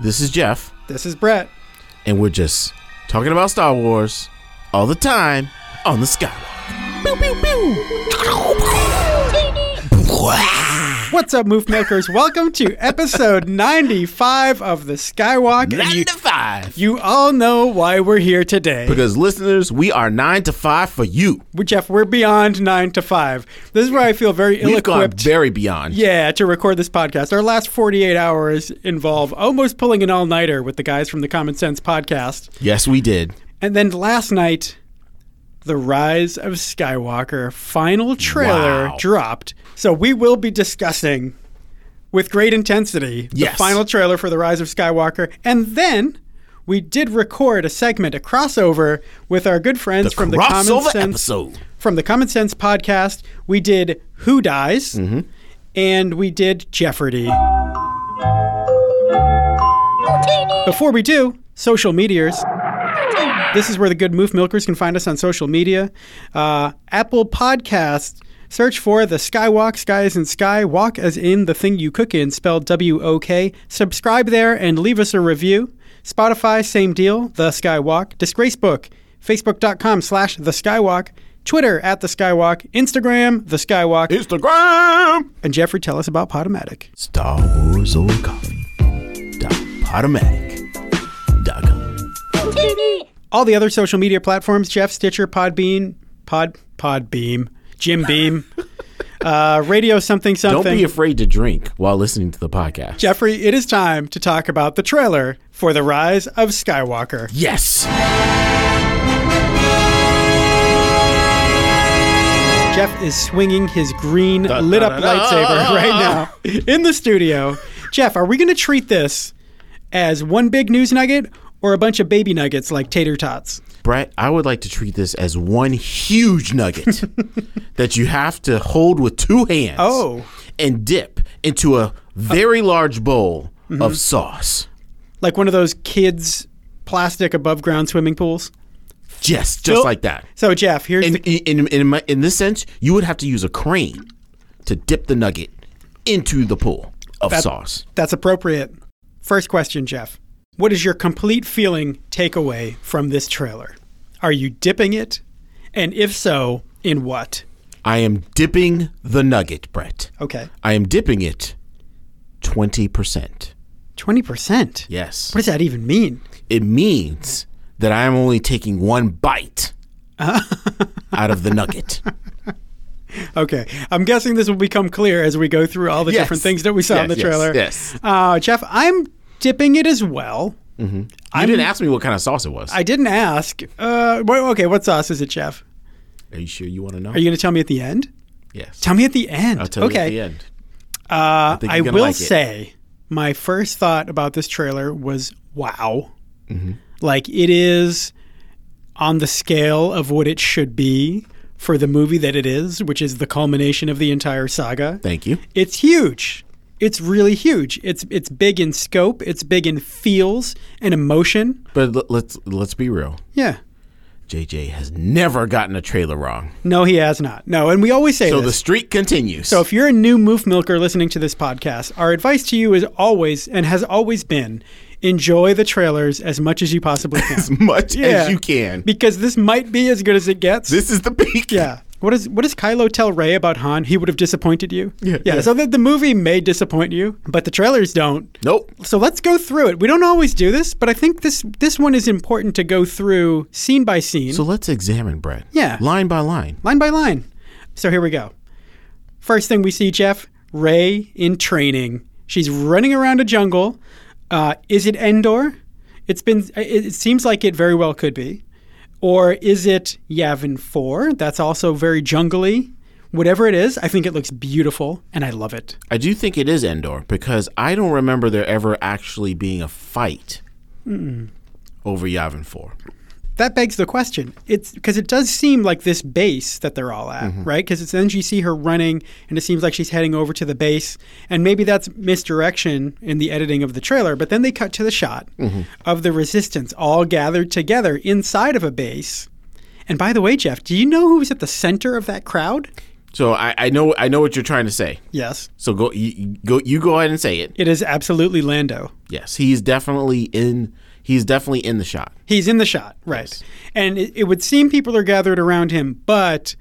This is Jeff, This is Brett. and we're just talking about Star Wars all the time on the Skywalk. What's up, Move Makers? Welcome to episode 95 of the Skywalk. And Nine you, to five. you all know why we're here today. Because listeners, we are nine to five for you. Well, Jeff, we're beyond 9 to 5. This is where I feel very ill We've gone equipped. very beyond. Yeah, to record this podcast. Our last 48 hours involve almost pulling an all nighter with the guys from the Common Sense podcast. Yes, we did. And then last night, The Rise of Skywalker final trailer Wow. dropped. So we will be discussing with great intensity Yes. the final trailer for The Rise of Skywalker. And then we did record a segment, a crossover with our good friends from the Common Crossover Sense episode. from the Common Sense podcast. We did Who Dies Mm-hmm. and we did Jeopardy. Before we do, social meteors. This is where the good Moof Milkers can find us on social media. Uh, Apple Podcast. Search for the Skywalk, Sky as in Sky, Walk as in the thing you cook in, spelled W O K. Subscribe there and leave us a review. Spotify, same deal, The Skywalk. Disgracebook, facebook.com slash The Skywalk. Twitter at The Skywalk. Instagram, The Skywalk. Instagram. And Jeffrey, tell us about Potomatic. Star Wars or coffee. Dot Potomatic. Dot com. all the other social media platforms Jeff, Stitcher, Podbean, Pod, Podbeam, Jim Beam, uh, Radio Something Don't Something. be afraid to drink while listening to the podcast. Jeffrey, it is time to talk about the trailer for The Rise of Skywalker. Yes. Jeff is swinging his green da, lit da, up da. lightsaber right now in the studio. Jeff, are we going to treat this as one big news nugget or a bunch of baby nuggets like tater tots? Brett, I would like to treat this as one huge nugget that you have to hold with two hands Oh. and dip into a very large bowl of sauce. Like one of those kids' plastic above ground swimming pools? Just just like that. So, Jeff, here's In the in in, in, my, in this sense, you would have to use a crane to dip the nugget into the pool of sauce. That's appropriate. First question, Jeff. What is your complete feeling takeaway from this trailer? Are you dipping it? And if so, in what? I am dipping the nugget, Brett. Okay. I am dipping it 20%. 20%. Yes. What does that even mean? it means that I am only taking one bite out of the nugget. Okay. I'm guessing this will become clear as we go through all the Yes. different things that we saw in the Yes, yes, trailer. yes. Uh, Jeff, I'm dipping it as well. You didn't ask me what kind of sauce it was. I didn't ask. Uh, wha- okay, what sauce is it, Jeff? Are you sure you want to know? Are you going to tell me at the end? yes. Tell me at the end. I'll tell okay. you at the end. Uh, think I you're gonna will like it. say, my first thought about this trailer was wow. Mm-hmm. Like, it is on the scale of what it should be for the movie that it is, which is the culmination of the entire saga. Thank you. It's huge. It's really huge. It's it's big in scope, it's big in feels and emotion. But l- let's let's be real. Yeah. JJ has never gotten a trailer wrong. No, he has not. No, and we always say So this. the streak continues. So if you're a new Moof Milker listening to this podcast, our advice to you is always and has always been enjoy the trailers as much as you possibly can. as much Yeah. as you can. Because this might be as good as it gets. This is the peak. yeah. What does what does Kylo tell Ray about Han? He would have disappointed you. Yeah, Yeah. yeah. So that the movie may disappoint you, but the trailers don't. Nope. So let's go through it. We don't always do this, but I think this this one is important to go through scene by scene. So let's examine Brett. Yeah. Line by line. line by line. So here we go. First thing we see, Jeff, Ray in training. She's running around a jungle. Uh, is it Endor? It's been. It, it seems like it very well could be, or is it Yavin Four? That's also very jungly. Whatever it is, I think it looks beautiful and I love it. I do think it is Endor because I don't remember there ever actually being a fight Mm. over Yavin 4. That begs the question. It's because it does seem like this base that they're all at, right? Because it's then you see her running, and it seems like she's heading over to the base, and maybe that's misdirection in the editing of the trailer. But then they cut to the shot of the resistance all gathered together inside of a base. And by the way, Jeff, do you know who was at the center of that crowd? So I, I know I know what you're trying to say. Yes. So go you, you go you go ahead and say it. It is absolutely Lando. Yes, he's definitely in. He's definitely in the shot. He's in the shot, right? And it, it would seem people are gathered around him, but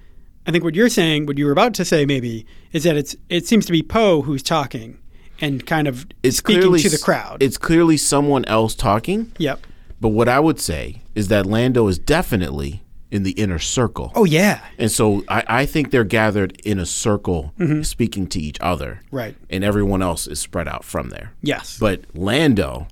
I think what you're saying, what you were about to say, maybe, is that it's it seems to be Poe who's talking and kind of It's speaking clearly to the s- crowd. It's clearly someone else talking. yep. But what I would say is that Lando is definitely in the inner circle. Oh yeah, And so I, I think they're gathered in a circle speaking to each other. Mm-hmm. Right. And everyone else is spread out from there. yes. But Lando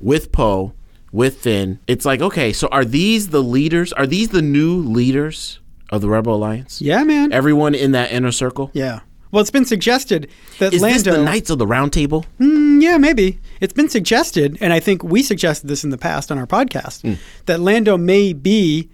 with Poe, with Finn, it's like, okay, so are these the leaders? Are these the new leaders of the Rebel Alliance? yeah, man. Everyone in that inner circle? yeah. Well, it's been suggested that Is Lando. this the Knights of the Round Table? Mm, yeah, maybe. It's been suggested, and I think we suggested this in the past on our podcast, Mm. that Lando may be,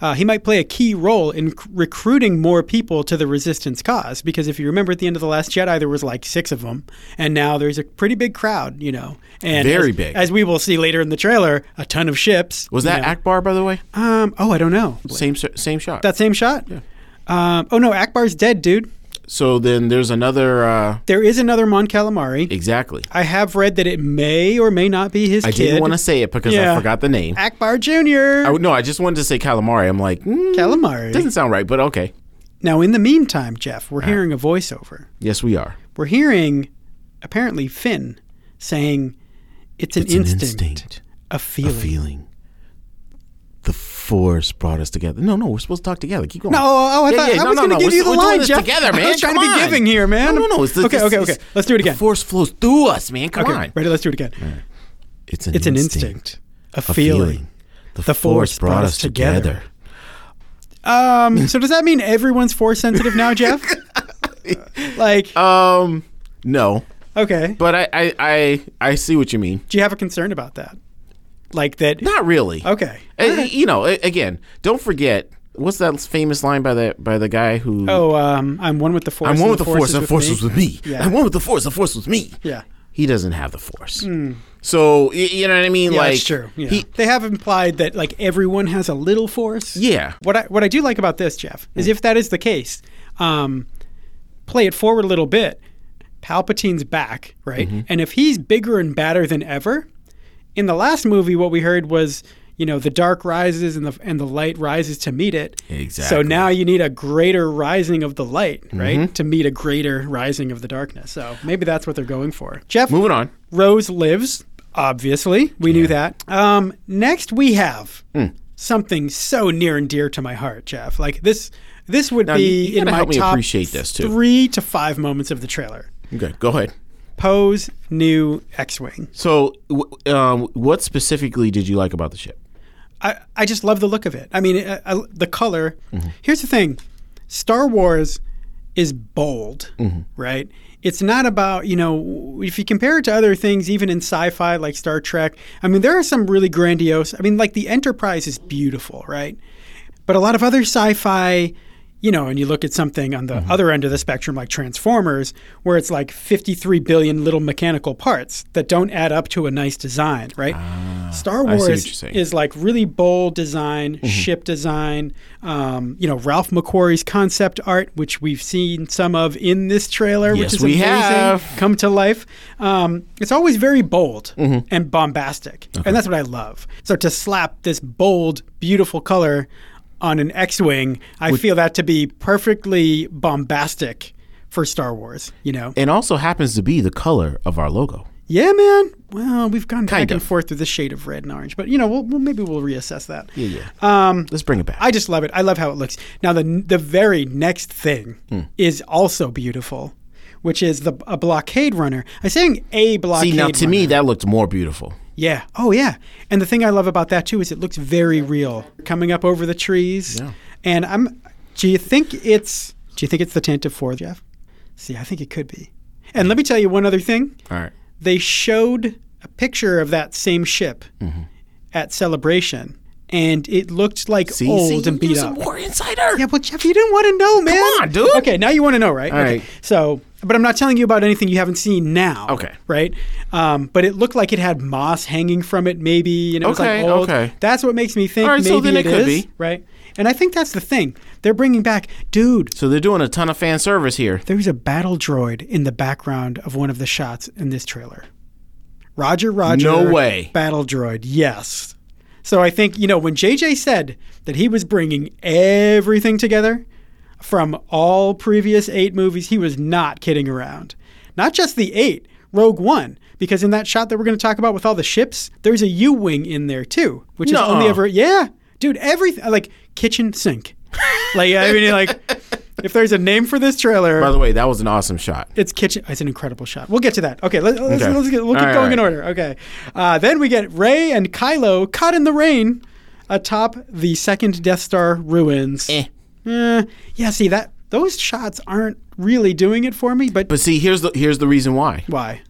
uh, he might play a key role in c- recruiting more people to the resistance cause. Because if you remember at the end of The Last Jedi, there was like six of them, and now there's a pretty big crowd, you know. And Very as, big. As we will see later in the trailer, a ton of ships. Was that Akbar, by the way? Um, oh, I don't know. Same sh- same shot. That same shot? Um, oh, no, Akbar's dead, dude. so then there's another. Uh, There is another Mon Calamari. exactly. I have read that it may or may not be his I kid. didn't want to say it because Yeah. I forgot the name. Akbar Jr. I, no, I just wanted to say calamari. I'm like, mm, calamari. doesn't sound right, but okay. Now, in the meantime, Jeff, we're hearing a voiceover. Yes, we are. We're hearing, apparently, Finn saying, "It's an, instinct, a feeling." feeling. The force brought us together. No, no, we're supposed to talk together. Keep going. No, oh, I Yeah, thought yeah, I no, was no, going to no, give we're- you the we're doing line, this Jeff. Together, man. I was trying Come to be on. giving here, man. No, no, no. It's the, okay, this- okay, this- okay. Let's do it again. The force flows through us, man. Come Okay, on. ready? Let's do it again. an It's an instinct, a, feeling. The force brought us together. Um, so does that mean everyone's force sensitive now, Jeff? like, Um, no, okay. but I, I, I, I see what you mean. Do you have a concern about that? Like that? Not really. Okay. Uh, You know, a- again, don't forget what's that famous line by the by the guy who Oh, um, I'm one with the force. I'm and one with the force, is and the force me. was with me. Yeah. I'm one with the force, the force was me. Yeah. Hmm. He doesn't have the force. So y- you know what I mean? Yeah, like that's true. Yeah. He, they have implied that like everyone has a little force. yeah. Hmm. What I what I do like about this, Jeff, is if that is the case, um, play it forward a little bit. Palpatine's back, right? Mm-hmm. And if he's bigger and badder than ever, in the last movie, what we heard was, you know, the dark rises and the and the light rises to meet it. So Exactly. Mm-hmm. now you need a greater rising of the light, right, to meet a greater rising of the darkness. So maybe that's what they're going for. Jeff, Moving on. Rose lives, obviously. We knew that. Um, next, we have Hmm. something so near and dear to my heart, Jeff. Like this, this would be you- you in gotta my help me top appreciate this, too. three to five moments of the trailer. Okay, go ahead. Poe's new X-wing. So, w- um, what specifically did you like about the ship? I, I just love the look of it. I mean, I, I- the color. Mm-hmm. Here's the thing Star Wars is bold, Mm-hmm. right? It's not about, you know, if you compare it to other things, even in sci fi like Star Trek, I mean, there are some really grandiose. I mean, like the Enterprise is beautiful, right? But a lot of other sci fi, you know, and you look at something on the Mm-hmm. other end of the spectrum like Transformers, where it's like 53 billion little mechanical parts that don't add up to a nice design, right? Ah, Star see what Wars you're is saying. is like really bold design, Mm-hmm. ship design. Um, you know, Ralph McQuarrie's concept art, which we've seen some of in this trailer, which Yes, is we amazing, have. come to life. Um, it's always very bold Mm-hmm. and bombastic, and that's what I love. So to slap this bold, beautiful color on an X-wing, I feel that to be perfectly bombastic for Star Wars. You know, And also happens to be the color of our logo. yeah, man. Well, we've gone back Kind and of. forth with the shade of red and orange, but you know, we'll, we'll maybe we'll reassess that. Yeah, yeah. Um, Let's bring it back. I just love it. I love how it looks. Now the the very next thing Hmm. is also beautiful, which is the a blockade runner. I'm saying a blockade. See, now to runner. me, that looked more beautiful. yeah. Oh yeah. And the thing I love about that too is it looks very real, coming up over the trees. Yeah. And I'm. Do you think it's? Do you think it's the tint of four, Jeff? See, I think it could be. And let me tell you one other thing All right. they showed a picture of that same ship Mm-hmm. at Celebration, and it looked like See, old see, and you Oh, beat some up. more insider. Yeah, but Jeff, you didn't want to know, man. on, dude. Okay, now you want to know, right? All okay. right. So but I'm not telling you about anything you haven't seen now. Okay. Right? Um, but it looked like it had moss hanging from it, maybe, and it was like Okay, old. okay. That's what makes me think All right, maybe so then it could is, be. Right? And I think that's the thing. They're bringing back, dude, So they're doing a ton of fan service here. there's a battle droid in the background of one of the shots in this trailer. Roger, Roger. No way. Battle droid, yes. So I think, you know, when JJ said that he was bringing everything together from all previous eight movies, he was not kidding around. Not just the eight, Rogue One, because in that shot that we're going to talk about with all the ships, there's a U Wing in there too, which is only Nuh-uh. ever, yeah. Dude, everything, like kitchen sink. like, I mean, like, if there's a name for this trailer, By the way, that was an awesome shot. it's kitchen. It's an incredible shot. We'll get to that. Okay, let, let's, Okay. let's get, we'll keep All right, going in all order. Okay, uh, then we get Ray and Kylo caught in the rain atop the second Death Star ruins. Eh. Eh, yeah, see that those shots aren't really doing it for me. But, But see, here's the here's the reason why. why?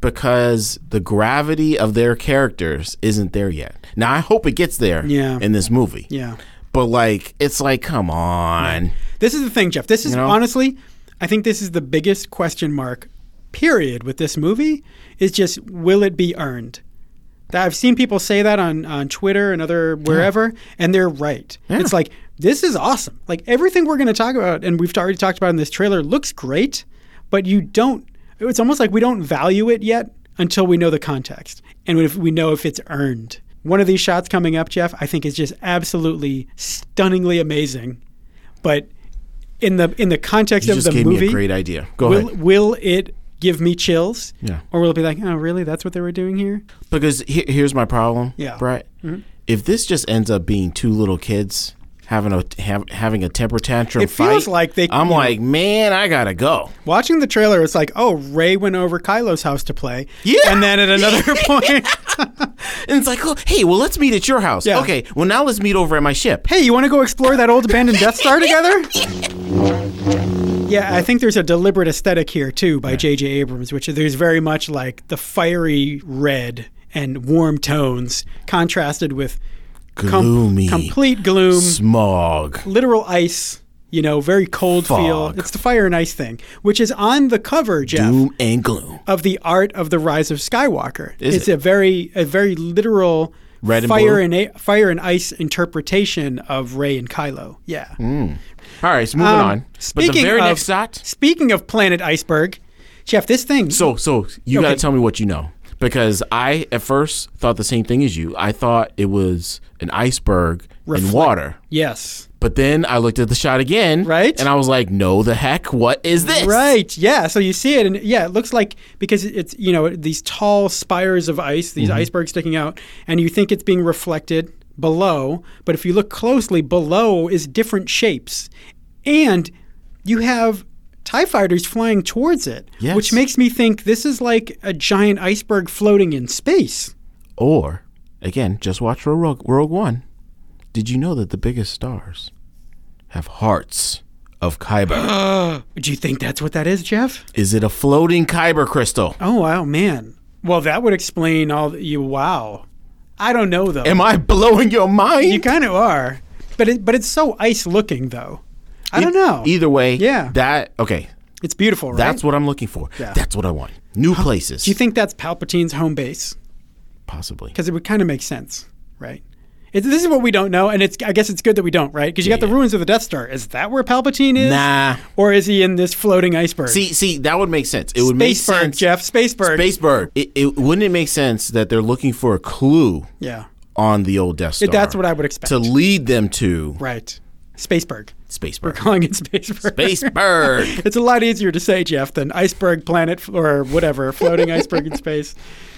Because the gravity of their characters isn't there yet. Now I hope it gets there Yeah. in this movie. Yeah, But like it's like, come on. this is the thing, Jeff. This is know? honestly, I think this is the biggest question mark. Period. With this movie, is just will it be earned? That- I've seen people say that on, on Twitter and other wherever, and they're right. It's like this is awesome. Like everything we're going to talk about, and we've already talked about in this trailer, looks great, but you don't. It's almost like we don't value it yet until we know the context and if we know if it's earned. One of these shots coming up, Jeff, I think is just absolutely stunningly amazing, but in the in the context You of just the gave movie, me a great idea. Go will ahead. will it give me chills? Yeah. Or will it be like, oh, really? That's what they were doing here? Because he- here's my problem, Yeah. Mm-hmm. Brett. If this just ends up being two little kids having a have, having a temper tantrum, It feels fight, like they- I'm you know- like, man, I gotta go. Watching the trailer, it's like, oh, Ray went over Kylo's house to play. Yeah. And then at another point, And it's like, oh, hey, well, let's meet at your house. Yeah. Okay, well, now let's meet over at my ship. hey, you want to go explore that old abandoned Death Star together? yeah, I think there's a deliberate aesthetic here, too, by J.J. Abrams, which is there's very much like the fiery red and warm tones contrasted with com- Gloomy, complete gloom, smog. literal ice. You know, very cold feel. Fog. It's the fire and ice thing, which is on the cover, Jeff. Doom and gloom. of the art of the rise of Skywalker. Is it's it? a very a very literal Red and fire blue? and, a, fire and ice interpretation of Rey and Kylo. Yeah. All right, so moving Um, on. Mm. but the very of, next shot. Speaking of planet iceberg, Jeff, this thing. So, so you Okay. gotta tell me what you know because I at first thought the same thing as you. I thought it was an iceberg in water. yes. But then I looked at the shot again, Right. And I was like, "No, the heck! What is this?" Right. Yeah. So you see it, and yeah, it looks like because it's you know these tall spires of ice, these icebergs sticking out, and you think it's being reflected below, but if you look closely, below is different shapes, and you have Tie fighters flying towards it, Yes. which makes me think this is like a giant iceberg floating in space. Or again, just watch Ro- Rogue, Rogue One. Did you know that the biggest stars have hearts of kyber? Do you think that's what that is, Jeff? is it a floating kyber crystal? Oh wow, man. Well, that would explain all the, you. Wow, I don't know though. Am I blowing your mind? You kind of are, but it, but it's so ice looking though. I don't know. Either way, Yeah. That okay. it's beautiful, right? That's what I'm looking for. Yeah. That's what I want. New places. Do you think that's Palpatine's home base? possibly? Because it would kind of make sense, right? It, this is what we don't know, and it's I guess it's good that we don't, right? Because you got the ruins of the Death Star. Is that where Palpatine is? Nah. Or is he in this floating iceberg? See, see, that would make sense. It would make Spaceberg, sense. Jeff. Spaceberg. Spaceberg. It, it wouldn't it make sense that they're looking for a clue yeah, on the old Death Star? that's what I would expect. to lead them to right. Spaceberg. Spaceberg. Calling it Spaceberg. Spaceberg. It's a lot easier to say, Jeff, than iceberg planet f- or whatever, floating iceberg in space.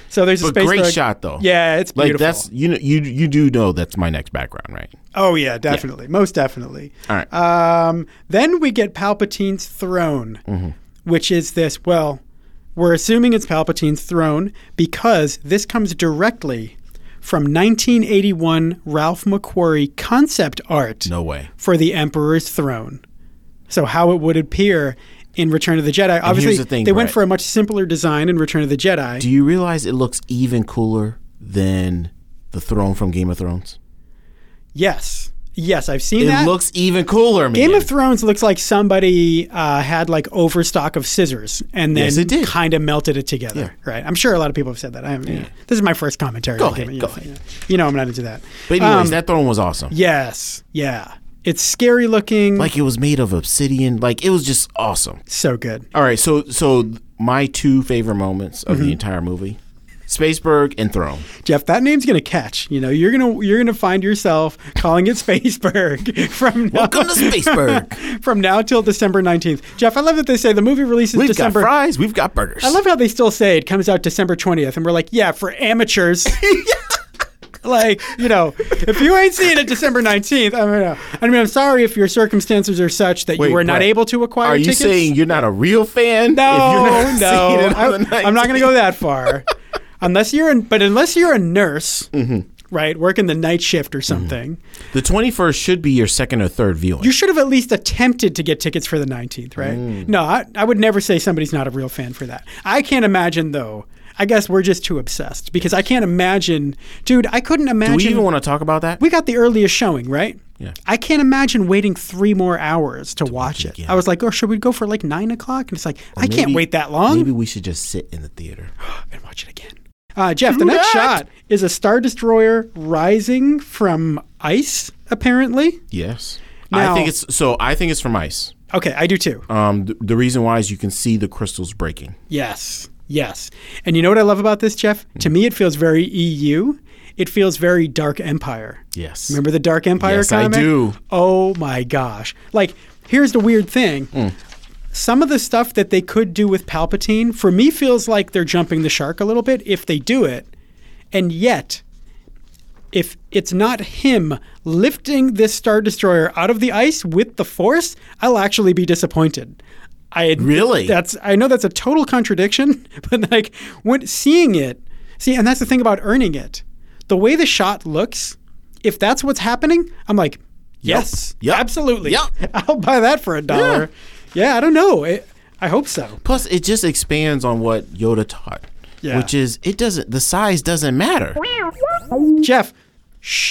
So there's a But spaceberg. great shot though. Yeah, it's Like beautiful. that's you know you you do know that's my next background, right? Uh, oh yeah, definitely, most definitely. All right. Mm-hmm. Um, then we get Palpatine's throne, which is this. Well, we're assuming it's Palpatine's throne because this comes directly from 1981 Ralph McQuarrie concept art no way. for the Emperor's throne. So how it would appear in Return of the Jedi. Obviously, the thing, they went Brett. for a much simpler design in Return of the Jedi. Do you realize it looks even cooler than the throne from Game of Thrones? yes, Yes, I've seen It that. looks even cooler, man. Game of Thrones looks like somebody uh, had like overstock of scissors and then Yes, it did. kind of melted it together. Right. I'm sure a lot of people have said that. I haven't. you know, this is my first commentary. Go on Game ahead, of- go you know, ahead. You know I'm not into that. but anyways, Um, that throne was awesome. yes, yeah, it's scary looking. Like it was made of obsidian. Like it was just awesome. so good. All right, so so my two favorite moments of Mm-hmm. the entire movie, Spaceberg and Throne. Jeff, that name's gonna catch. You know, you're gonna you're gonna find yourself calling it Spaceberg from now, Welcome to Spaceberg. from now till December 19th. Jeff, I love that they say the movie releases We've December. got fries. We've got burgers. I love how they still say it comes out December 20th, and we're like, yeah, for amateurs. like, you know, if you ain't seen it December 19th, I mean, uh, I mean I'm sorry if your circumstances are such that Wait, you were not Brett, able to acquire Are you tickets. saying you're not a real fan? no, if you're not no. seeing it on I'm, the I'm not going to 19th? go that far. unless you're in, but unless you're a nurse, Mm-hmm. right, working the night shift or something, The 21st should be your second or third viewing. you should have at least attempted to get tickets for the 19th, right? Mm. No, I, I would never say somebody's not a real fan for that. I can't imagine, though. I guess we're just too obsessed because I can't imagine, dude. I couldn't imagine. Do we even want to talk about that? we got the earliest showing, right? Yeah. I can't imagine waiting three more hours to, watch it. I was like, oh, should we go for like nine o'clock? And it's like, I can't Maybe- wait that long Maybe we should just sit in the theater. and watch it again. Uh, Jeff, the next not. shot is a Star Destroyer rising from ice, apparently. Yes. Now- I think it's so. I think it's from ice. Okay, I do too. Um, th- the reason why is you can see the crystals breaking. Yes, yes. And you know what I love about this, Jeff? To me, it feels very EU. It feels very Dark Empire. Yes. Remember the Dark Empire Yes, I comic? do. Oh my gosh. Like, here's the weird thing. Hmm. Some of the stuff that they could do with Palpatine for me feels like they're jumping the shark a little bit if they do it. And yet, if it's not him lifting this Star Destroyer out of the ice with the Force, I'll actually be disappointed. I Really? That's I know that's a total contradiction, but like when seeing it, see, and that's the thing about earning it. The way the shot looks, if that's what's happening, I'm like, yes, Yup. absolutely, Yup. I'll buy that for a dollar. Yeah. I don't know. I I hope so. Plus, it just expands on what Yoda taught, Yeah. which is it doesn't the size doesn't matter. Jeff,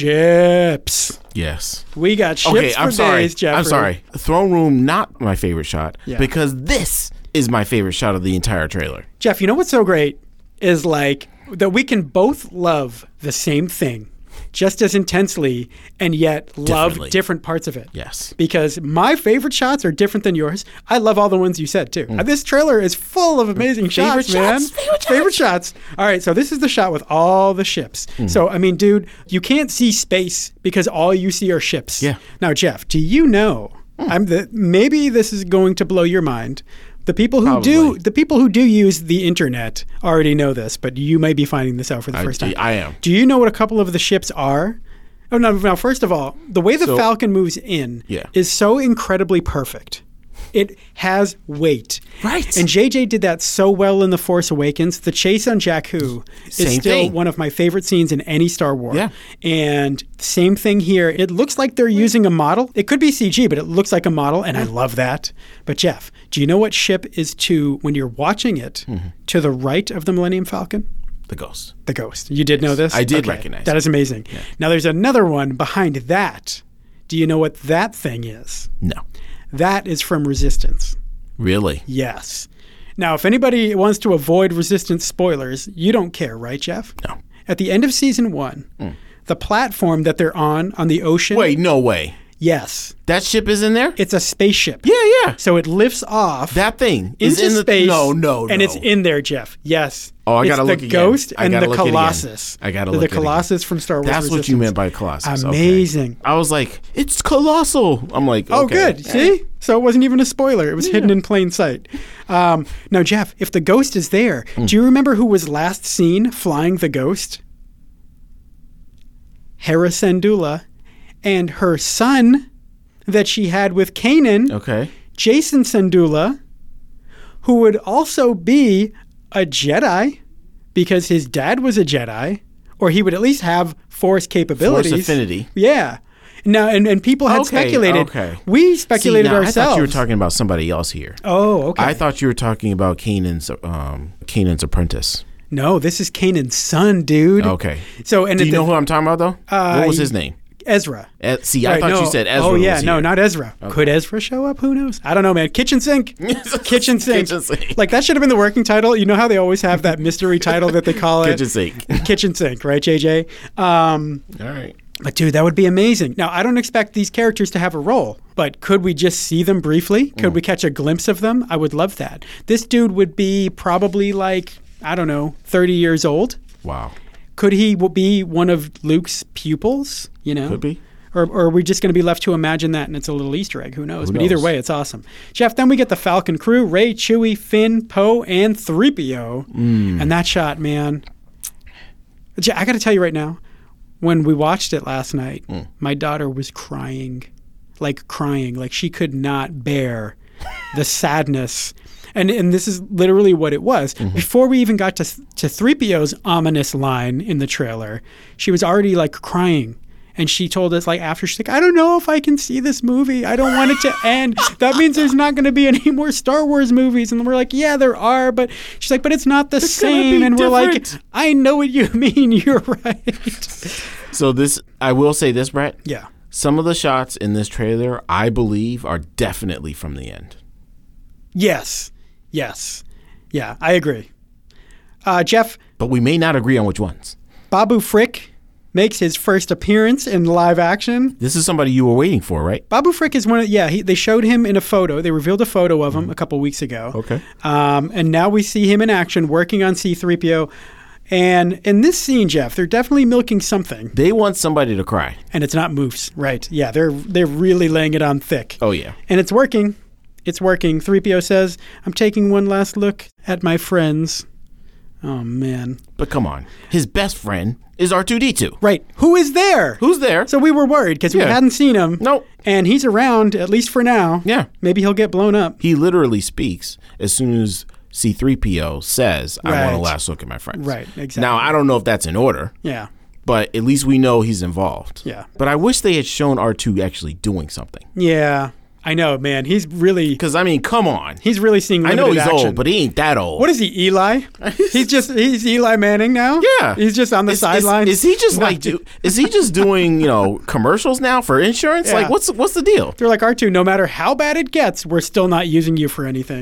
ships. Yes. We got ships Okay, for I'm sorry. days, Jeffrey. I'm sorry. Throne room not my favorite shot Yeah. because this is my favorite shot of the entire trailer. Jeff, you know what's so great is like that we can both love the same thing just as intensely and yet love Differently. different parts of it. Yes. Because my favorite shots are different than yours. I love all the ones you said too. Uh, This trailer is full of amazing Mm. Favorite shots, man. shots, favorite shots. All right, so this is the shot with all the ships. Mm. So I mean, dude, you can't see space because all you see are ships. Yeah. Mm. Now, Jeff, do you know? I'm the maybe this is going to blow your mind. The people who do Probably. the people who do use the internet already know this, but you may be finding this out for the first time. I am. Do you know what a couple of the ships are? Oh no! Now, first of all, the way the So- Falcon moves in Yeah. is so incredibly perfect. It has weight, Right. And JJ did that so well in The Force Awakens. The chase on Jakku is Same still thing. one of my favorite scenes in any Star Wars. Yeah. And same thing here. It looks like they're using a model. It could be CG, but it looks like a model, and I love that. But Jeff, do you know what ship is to when you're watching it Mm-hmm. to the right of the Millennium Falcon? The ghost. The Ghost. You did know this? I did recognize That it. is amazing. Now there's another one behind that. Do you know what that thing is? No. That is from Resistance. Really? Yes. Now, if anybody wants to avoid Resistance spoilers, you don't care, right, Jeff? No. Hmm. At the end of season one, the platform that they're on on the ocean. Wait, no way. Yes. That ship is in there? It's a spaceship. yeah, yeah. So it lifts off. That thing is into in the space. No, no, and no. it's in there, Jeff. Yes. Oh, I It's gotta the look again. Ghost I and gotta the look it again. Colossus. I gotta look They're the it again. Colossus from Star Wars. That's what you Resistance. meant by Colossus. Okay. Amazing. I was like, it's colossal. I'm like, Oh, okay. good. See, so it wasn't even a spoiler. It was hidden in plain sight. Um, now, Jeff, if the ghost is there, Mm. do you remember who was last seen flying the ghost? Hera Syndulla, and her son that she had with Kanan. Okay. Jason Sandula, who would also be a Jedi because his dad was a Jedi, or he would at least have Force capabilities. affinity. Yeah. Now, and, and people had Okay, speculated. okay. We See, speculated now, I ourselves. thought you were talking about somebody else here. oh, okay. I thought you were talking about Kanan's um Kanan's apprentice. no, this is Kanan's son, dude. Okay. So, and Do at you the- know who I'm talking about though? Uh, what was his name? Ezra. Eh, see, I Right, thought no. you said Ezra. Oh yeah, was no, here. not Ezra. Could Ezra show up? Who knows? I don't know, man. Kitchen sink. Kitchen sink. Kitchen sink. Like that should have been the working title. You know how they always have that mystery title that they call Kitchen it. sink. Kitchen sink, right, JJ? Um, All right. but dude, that would be amazing. Now, I don't expect these characters to have a role, but could we just see them briefly? Could Mm. we catch a glimpse of them? I would love that. This dude would be probably like, I don't know, 30 years old. Wow. Could he w- be one of Luke's pupils? You know? Could be. Or, or are we just going to be left to imagine that and it's a little Easter egg? Who knows? but either knows? way, it's awesome. Jeff, then we get the Falcon crew Ray, Chewie, Finn, Poe, and 3PO. Mm. And that shot, man. Je- I got to tell you right now, when we watched it last night, my daughter was crying, like crying, like she could not bear the sadness. And, and this is literally what it was. Before we even got to, to 3PO's ominous line in the trailer, she was already like crying. And she told us, like, after she's like, I don't know if I can see this movie. I don't want it to end. That means there's not going to be any more Star Wars movies. And we're like, yeah, there are. But she's like, but it's not the same. be And we're like, different. I know what you mean. You're right. So this, I will say this, Brett. yeah. Some of the shots in this trailer, I believe, are definitely from the end. Yes. Yes. Yeah, I agree. Uh, Jeff, But we may not agree on which ones. Babu Frick makes his first appearance in live action. This is somebody you were waiting for, right? Babu Frick is one of, yeah, he, they showed him in a photo. They revealed a photo of him a couple weeks ago. Okay. Um, and now we see him in action working on C3PO. And in this scene, Jeff, they're definitely milking something, They want somebody to cry. and it's not moves, right? Yeah, they're they're really laying it on thick. Oh yeah. And it's working. It's working. 3PO says, I'm taking one last look at my friends. Oh, man. But come on, his best friend is R two D two. Right. Who is there? Who's there? So we were worried because we Yeah. hadn't seen him. Nope. And he's around, at least for now. Yeah. Maybe he'll get blown up. he literally speaks as soon as C three PO says, "I want Right. to last look at my friends." Right, exactly. Now I don't know if that's in order. Yeah. but at least we know he's involved. Yeah. But I wish they had shown R2 actually doing something. Yeah. I know, man. He's really, Because, I mean, come on. he's really seeing I limited know he's action. old, but he ain't that old. What is he, Eli? he's just, he's Eli Manning now? Yeah. He's just on the Is- is- sidelines. Is, he just like, do, is he just doing, you know, commercials now for insurance? Yeah. Like, what's what's the deal? They're like, R2, no matter how bad it gets, we're still not using you for anything.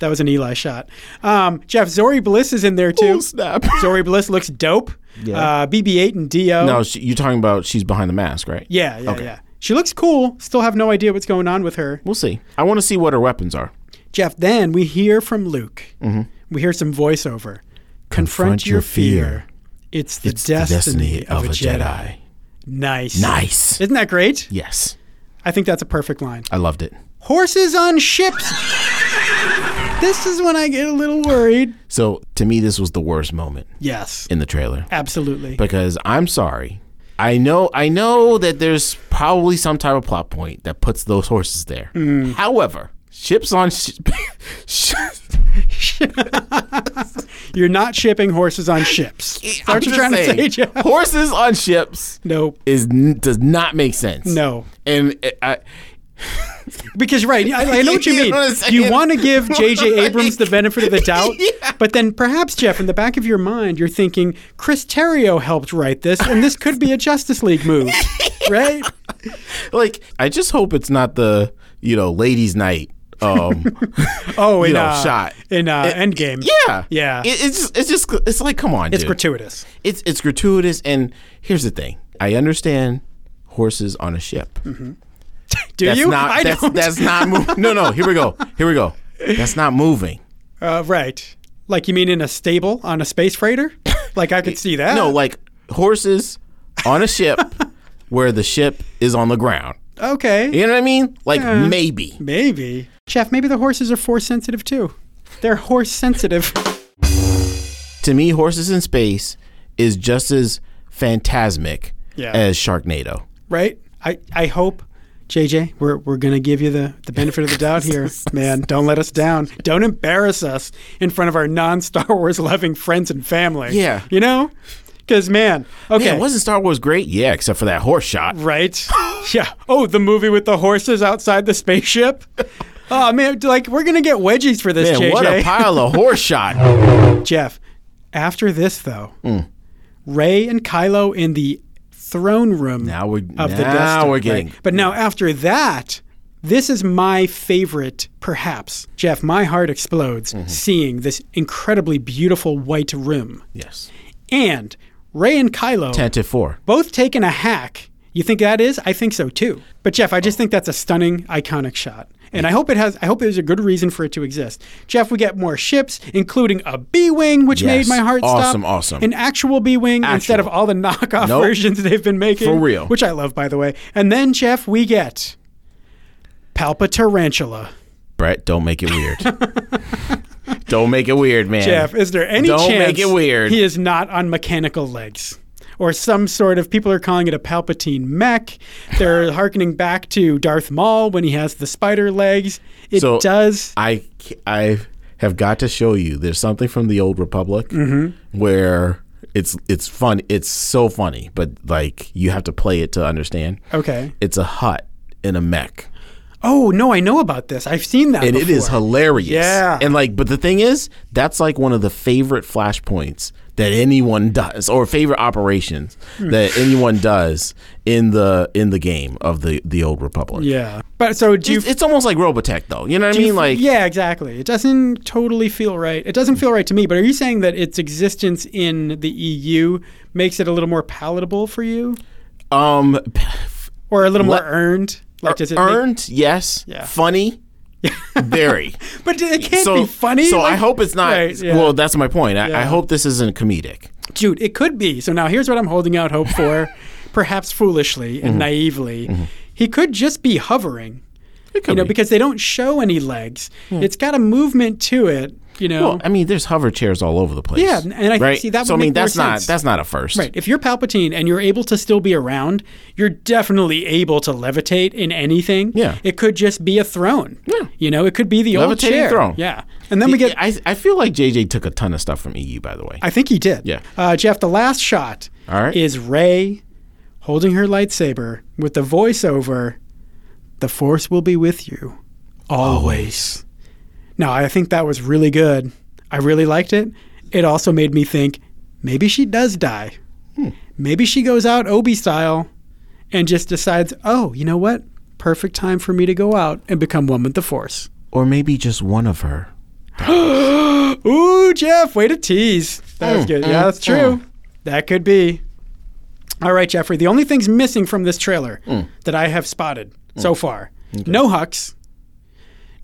that was an Eli shot. Um, Jeff, Zori Bliss is in there too. Oh, snap. Zori Bliss looks dope. Yeah. Uh, BB 8 and Dio. No, she, you're talking about she's behind the mask, right? Yeah, yeah, yeah. She looks cool. Still have no idea what's going on with her. We'll see. I want to see what her weapons are. Jeff, then we hear from Luke. We hear some voiceover. Mm-hmm. Confront, your, your fear. fear. It's the destiny, of, a Jedi. Nice. Nice. Isn't that great? Yes. I think that's a perfect line. I loved it. Horses on ships. this is when I get a little worried. So, to me, this was the worst moment Yes, in the trailer. absolutely. because I'm sorry. I know I know that there's probably some type of plot point that puts those horses there. Mm. However, ships on sh- sh- You're not shipping horses on ships. That's I'm what just you're trying saying, to say, Jeff. horses on ships No, is n- does not make sense. no. And uh, I, Because right, I, I know what you You mean. know what I'm saying? you want to give J.J. Like- Abrams the benefit of the doubt, Yeah. but then perhaps Jeff, in the back of your mind, you're thinking Chris Terrio helped write this, and this could be a Justice League move, right? like I just hope it's not the you know ladies' night. Um, Oh, in know, uh, shot. in uh, Endgame, yeah, Yeah. It, it's just, it's just it's like come on, it's dude. gratuitous. it's it's gratuitous. And here's the thing: I understand horses on a ship. Do That's you? not. I that's, don't. that's not moving. No, no. Here we go. Here we go. That's not moving. uh, right. Like you mean in a stable on a space freighter? Like I could see that. No, like horses on a ship where the ship is on the ground. okay. You know what I mean? Like maybe. Maybe. Jeff, maybe the horses are force sensitive too. They're horse sensitive. To me, horses in space is just as phantasmic Yeah. as Sharknado. right? I, I hope, JJ, we're, we're going to give you the, the benefit of the doubt here, man. Don't let us down. Don't embarrass us in front of our non Star Wars loving friends and family. Yeah. You know? Because, man, okay. Yeah, wasn't Star Wars great? Yeah, except for that horse shot. Right? yeah. Oh, the movie with the horses outside the spaceship? Oh, man, like, we're going to get wedgies for this, Man, JJ. what a pile of horse shot. Hmm. Jeff, after this, though, Ray and Kylo in the throne room Now we're of the now Destiny, we're right? getting But now after that, this is my favorite, perhaps. Jeff, my heart explodes Mm-hmm. seeing this incredibly beautiful white room. yes. And Ray and Kylo Tentative four. both taking a hack. You think that is? I think so too. But Jeff, I just think that's a stunning, iconic shot. And I hope it has I hope there's a good reason for it to exist. Jeff, we get more ships, including a B Wing, which Yes. made my heart Awesome, stop. awesome. An actual B Wing instead of Actual. all the knockoff Nope. versions they've been making. For real. Which I love by the way. And then Jeff, we get Palpa Tarantula. Brett, don't make it weird. don't make it weird, man. Jeff, is there any Don't chance make it weird. he is not on mechanical legs? Or some sort of people are calling it a Palpatine mech. They're harkening back to Darth Maul when he has the spider legs. It So- does. I ca- I have got to show you. There's something from the old Republic Mm-hmm. where it's it's fun. It's so funny, but like you have to play it to understand. Okay. It's a hut in a mech, Oh no, I know about this. I've seen that. and before. it is hilarious. Yeah. and like, but the thing is, that's like one of the favorite flashpoints that anyone does, or favorite operations Hmm. that anyone does in the in the game of the the old Republic. Yeah. But so do you? It's, it's almost like Robotech, though. You know what I do you- mean? Like, yeah, exactly. It doesn't totally feel right. It doesn't feel right to me. But are you saying that its existence in the EU makes it a little more palatable for you, um, or a little Let- more earned? Er, Like, does it make- earned, yes. Yeah. Funny, very. But it can't so be funny. So I like- hope it's not. Right, yeah. Well, that's my point. I, I Yeah. hope this isn't comedic. dude, it could be. So now here's what I'm holding out hope for, perhaps foolishly Mm-hmm. and naively. He could just be hovering, It you could know, be. because they don't show any legs. It's got a movement to it, you know. Well, I mean, there's hover chairs all over the place. Yeah, and I right? see, that So would I mean, make more that's not sense. that's not a first. Right. If you're Palpatine and you're able to still be around, you're definitely able to levitate in anything. Yeah. It could just be a throne. Yeah. You know, it could be the old Levitating chair. throne. Yeah. And then we get I, I feel like JJ took a ton of stuff from EU, by the way. I think he did. Yeah. Uh, Jeff, the last shot All right. is Ray holding her lightsaber with the voiceover, The Force will be with you always. Now, I think that was really good. I really liked it. It also made me think maybe she does die. Maybe she goes out Obi style and just decides, oh, you know what? Perfect time for me to go out and become one with the Force. or maybe just one of her. Ooh, Jeff, way to tease. That Mm, was good. yeah, that's true. That could be. All right, Jeffrey. The only things missing from this trailer Mm. that I have spotted so far no Hux,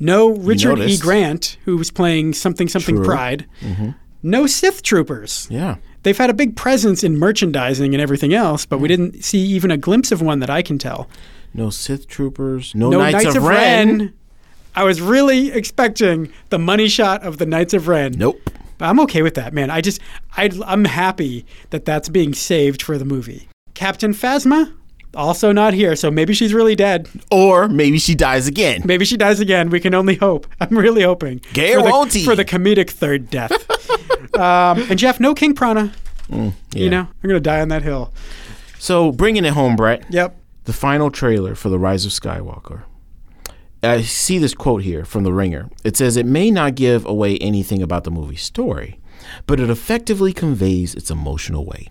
no Richard E. noticed. Grant, who was playing something something True. Mm-hmm. Pride, no Sith troopers. Yeah. They've had a big presence in merchandising and everything else, but we Mm. didn't see even a glimpse of one that I can tell. No Sith troopers. No, No Knights, of, Ren. I was really expecting the money shot of the Knights of Ren. Nope. But I'm okay with that, man. I just, I, I'm happy that that's being saved for the movie. Captain Phasma, also not here, so maybe she's really dead. Or maybe she dies again. Maybe she dies again. We can only hope. I'm really hoping. Guaranteed. For the, for the comedic third death. um, and Jeff, no King Prana. Mm, Yeah. You know, I'm going to die on that hill. So bringing it home, Brett. Yep. the final trailer for The Rise of Skywalker. I see this quote here from The Ringer. It says, It may not give away anything about the movie's story, but it effectively conveys its emotional weight.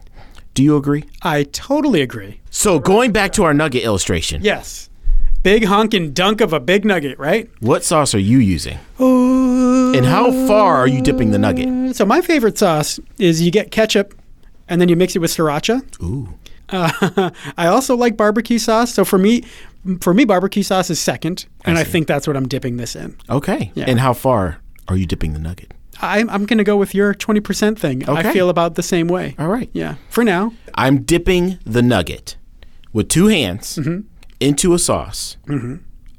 Do you agree? I totally agree. So, going back to our nugget illustration, Yes. Big honkin' dunk of a big nugget, right? what sauce are you using? Ooh. And how far are you dipping the nugget? So my favorite sauce is you get ketchup, and then you mix it with sriracha. Ooh. Uh, I also like barbecue sauce. So for me, for me, barbecue sauce is second, and I, think that's what I'm dipping this in. Okay. And how far are you dipping the nugget? I'm, I'm going to go with your 20% thing. I Okay. feel about the same way. All right. Yeah. For now, I'm dipping the nugget with two hands Mm-hmm. into a sauce.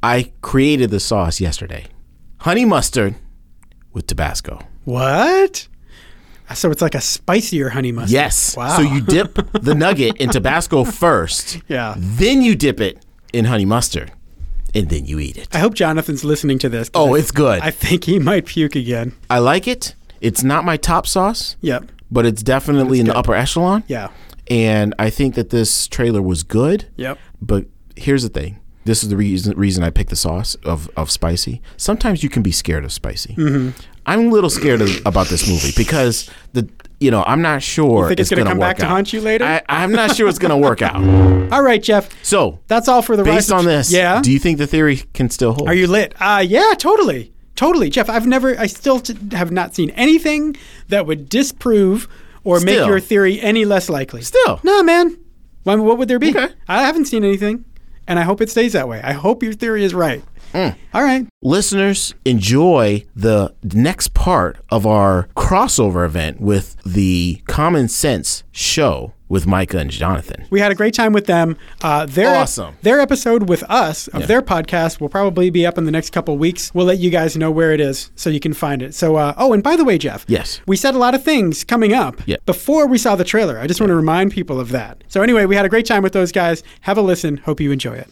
I created the sauce yesterday. Honey mustard with Tabasco. what? So it's like a spicier honey mustard. Yes. Wow. So you dip the nugget in Tabasco first. Yeah. Then you dip it in honey mustard and then you eat it. I hope Jonathan's listening to this. 'cause Oh, I- it's good. I think he might puke again. I like it. It's not my top sauce, Yep. but it's definitely in the upper echelon. Yeah. And I think that this trailer was good. Yep. But here's the thing. This is the reason reason I picked the sauce of, of spicy. Mm-hmm. Sometimes you can be scared of spicy. I'm a little scared of, about this movie because the you know, I'm not sure think it's going gonna come back to haunt you later? I, I'm not sure it's going to work out. All right, Jeff. So, That's all for the rise based of- on this, Yeah. do you think the theory can still hold? Are you lit? Uh, yeah, totally. Totally. Jeff, I've never, I still t- have not seen anything that would disprove or make Still. your theory any less likely. Still. No, man. Why- what would there be? Okay. I haven't seen anything, and I hope it stays that way. I hope your theory is right. Hmm. All right. Listeners, enjoy the next part of our crossover event with the Common Sense show with Micah and Jonathan. We had a great time with them. Uh, their, Awesome. Their episode with us of their podcast will probably be up in the next couple weeks. We'll let you guys know where it is so you can find it. So, uh, oh, and by the way, Jeff. Yes. We said a lot of things coming up Yeah. before we saw the trailer. I just want to remind people of that. So, anyway, we had a great time with those guys. Have a listen. Hope you enjoy it.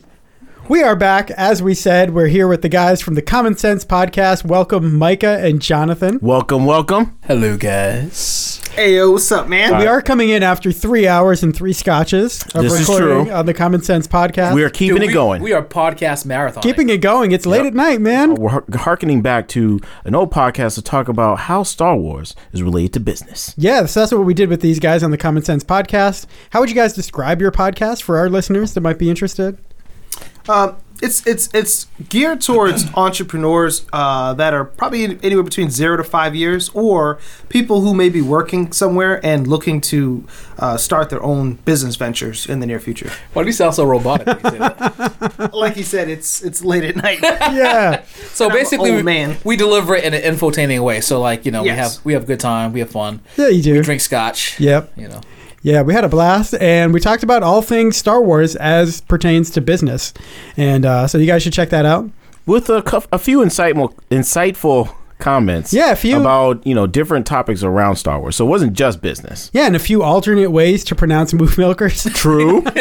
We are back. As we said, we're here with the guys from the Common Sense Podcast. Welcome, Micah and Jonathan. Welcome, welcome. Hello, guys. Hey, yo, what's up, man? We are coming in after three hours and three scotches of This is recording true. on the Common Sense Podcast. We are keeping Dude, it we- going. We are podcast marathon. keeping it going. It's late at night, Oh. man. We're har- harkening back to an old podcast to talk about how Star Wars is related to business. Yeah, so that's what we did with these guys on the Common Sense podcast. How would you guys describe your podcast for our listeners that might be interested? Um, it's it's it's geared towards entrepreneurs uh, that are probably in- anywhere between zero to five years, or people who may be working somewhere and looking to uh, start their own business ventures in the near future. Why do you sound so robotic? when you say that? like you said, it's it's late at night. Yeah. so I'm an basically, old we, man. we deliver it in an entertaining way. So like you know, we Yes. have we have good time, we have fun, Yeah, you do. drink scotch. Yep. You know, Yeah, we had a blast and we talked about all things Star Wars as pertains to business. And uh, so you guys should check that out. With a, cou- a few insightful, insightful comments Yeah, a few- about, you know, different topics around Star Wars. So it wasn't just business. Yeah, and a few alternate ways to pronounce move milkers. True.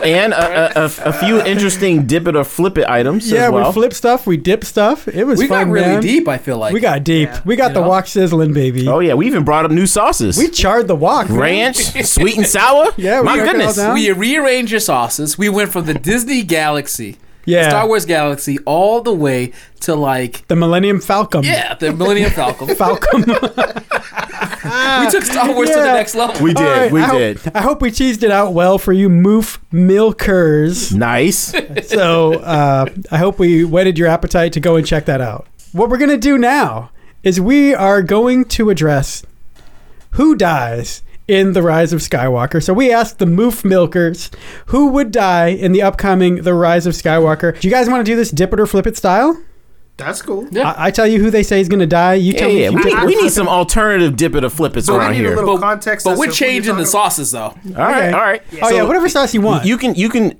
and a, a, a, a few interesting dip it or flip it items yeah, as well. we flip stuff, we dip stuff. It was we fun, got really man. deep. I feel like We got deep. Yeah. we got You the know? wok sizzling, baby. oh, yeah. We even brought up new sauces. We charred the wok. man. Ranch, sweet and sour. Yeah, we my broke it all goodness. down. We rearranged your sauces. We went from the Disney Galaxy, Yeah. Star Wars Galaxy, all the way to like. The Millennium Falcon. Yeah, the Millennium Falcon. Falcon. we took Star Wars to Yeah. the next level. We did. All right, we I hope- did. I hope we cheesed it out well for you, moof milkers. Nice. so uh, I hope we whetted your appetite to go and check that out. What we're gonna do now is we are going to address who dies in the Rise of Skywalker. So we asked the moof milkers who would die in the upcoming The Rise of Skywalker. Do you guys want to do this dip it or flip it style? That's cool. Uh, Yeah. I, I tell you who they say is gonna die. You Yeah, tell me. yeah. if you We, think need- we need some alternative dip it or flip it around need a here. little- All But- context But as we're to who you're changing the talking about. sauces though. right. Okay. All right. Oh yeah, So- whatever sauce you want. You can you can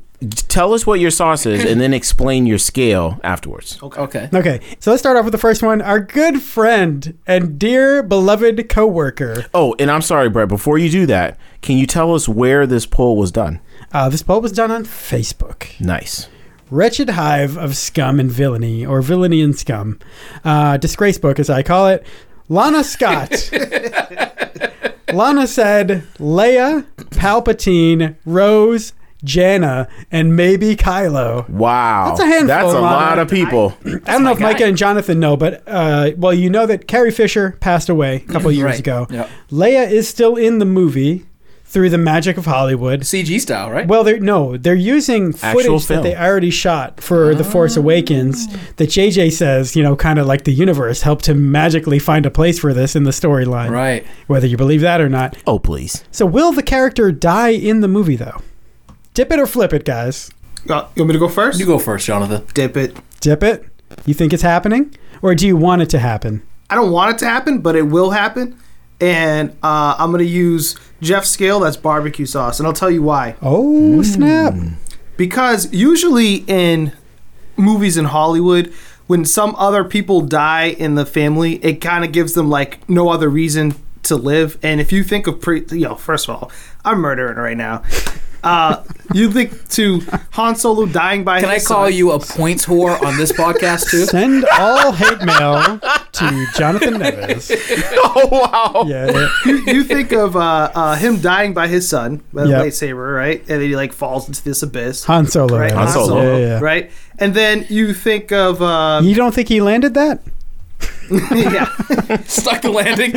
tell us what your sauce is and then explain your scale afterwards. Okay. Okay, so let's start off with the first one. Our good friend and dear beloved coworker. Oh, and I'm sorry, Brett. Before you do that, can you tell us where this poll was done? Uh, this poll was done on Facebook. Nice. Wretched hive of scum and villainy, or villainy and scum, uh, disgrace book as I call it. Lana Scott. Lana said Leia, Palpatine, Rose, Janna, and maybe Kylo. Wow. That's a handful, That's a Lana. lot of people. I don't know if Micah and Jonathan know, but uh, well, you know that Carrie Fisher passed away a couple years Right. ago. Yep. Leia is still in the movie through the magic of Hollywood. CG style, right? Well, they're no, they're using Actual footage that film. they already shot for The Force Awakens. That JJ says, you know, kind of like the universe helped him magically find a place for this in the storyline, Right. whether you believe that or not. Oh, please. So, will the character die in the movie though? Dip it or flip it, guys. Uh, you want me to go first? You go first, Jonathan. Dip it. Dip it. You think it's happening, or do you want it to happen? I don't want it to happen, but it will happen. And uh, I'm gonna use Jeff's scale. That's barbecue sauce, and I'll tell you why. Oh Hmm. snap! because usually in movies in Hollywood, when some other people die in the family, it kind of gives them like no other reason to live. And if you think of pre, you know, first of all, I'm murdering right now. Uh, you think to Han Solo dying by Can I his call son. you a points whore on this podcast too? Send all hate mail to Jonathan Nevis. Oh wow. Yeah, yeah. you think of uh, uh, him dying by his son, by the Yep. lightsaber, right? And then he like falls into this abyss, Han Solo. right? Han Solo. Yeah, yeah, yeah. right? And then you think of uh, You don't think he landed that? yeah. Stuck the landing.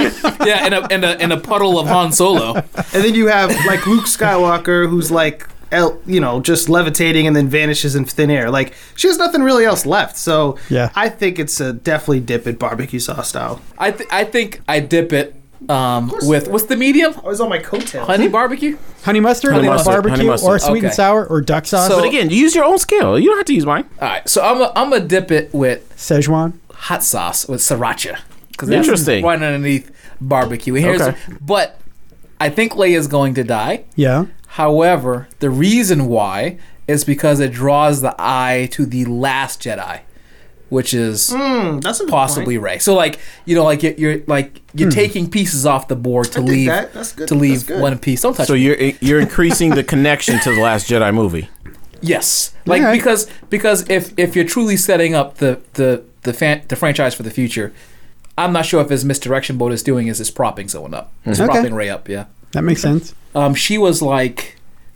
Yeah, in a, in a, in a puddle of Han Solo. And then you have like Luke Skywalker, who's like, el- you know, just levitating and then vanishes in thin air. Like she has nothing really else left. So Yeah. I think it's a definitely dip in barbecue sauce style. I, th- I think I dip it um, with, what's the medium? I was on my coattail. Honey barbecue? Honey mustard, Honey or mustard, barbecue, honey mustard. or sweet and Okay. sour, or duck sauce, So- But again, you use your own scale. You don't have to use mine. All right, so I'm a, I'm gonna dip it with Szechuan. hot sauce with sriracha because Interesting. right underneath barbecue. Here's Okay. but I think Leia's going to die. Yeah. However, the reason why is because it draws the eye to the last Jedi, which is Hmm, That's a good possibly Rey. So like you know like you're, you're like you're taking pieces off the board to dig leave that. That's good. to leave That's good. one piece. Don't touch So you're you're increasing the connection to the last Jedi movie. Yes, like Alright. because because if if you're truly setting up the the the fan, the franchise for the future, I'm not sure if his misdirection boat is doing is it's propping someone up, it's Okay. propping Ray up. Yeah, That makes sense. um, she was like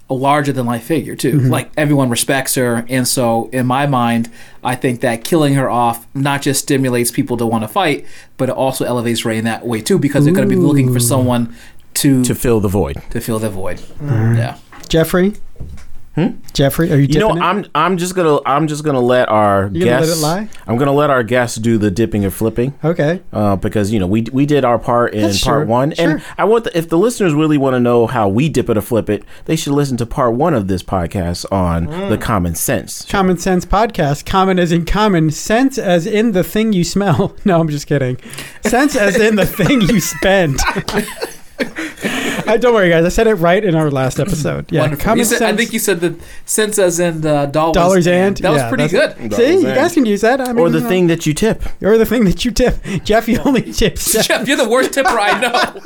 a larger than life figure too. Mm-hmm. Like everyone respects her, and so in my mind, I think that killing her off not just stimulates people to want to fight, but it also elevates Ray in that way too because they're going to be looking for someone to to to, fill the void. fill the void. Yeah. Jeffrey? Jeffrey, are you You dipping know, it? I'm I'm just gonna I'm just gonna let our You're gonna let guests. it lie? I'm gonna let our guests do the dipping and flipping. okay. Uh, because you know we we did our part in That's part sure. one, Sure. and I want the, if the listeners really want to know how we dip it or flip it, they should listen to part one of this podcast on Mm. the common sense. Common Sense Podcast. Common as in common. Sense as in the thing you smell. No, I'm just kidding. Sense as in the thing you spend. I, don't worry, guys. I said it right in our last episode. Yeah, Wonderful. You common said- sense. I think you said the sense as in uh, dollars. dollars and that was yeah, pretty that's- good. See, Dollars you and. guys can use that. I mean, Or the you know, thing that you tip. or the thing that you tip. Jeff, you only tip. cents. Jeff, you're the worst tipper I know.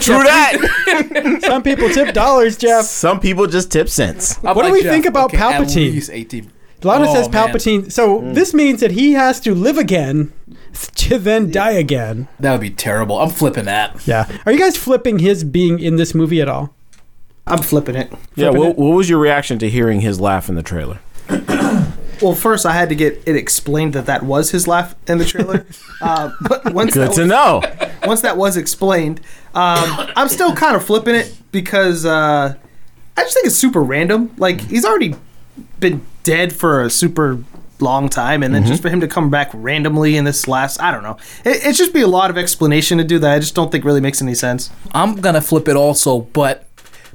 True that. Some people tip dollars, Jeff. Some people just tip cents. I'm What do like, we Jeff, think about okay, at Palpatine? least 18. Lana Oh, says man. Palpatine. So Hmm. this means that he has to live again to then die again. That would be terrible. I'm flipping that. Yeah. Are you guys flipping his being in this movie at all? I'm flipping it. Yeah. Flipping What, it. what was your reaction to hearing his laugh in the trailer? Well, first I had to get it explained that that was his laugh in the trailer. uh, but once that Good was- to know. once that was explained, um, I'm still kind of flipping it because uh, I just think it's super random. Like he's already been dead for a super long time, and then just for him to come back randomly in this last, I don't know. It, it just be a lot of explanation to do that. I just don't think really makes any sense. I'm gonna flip it also, but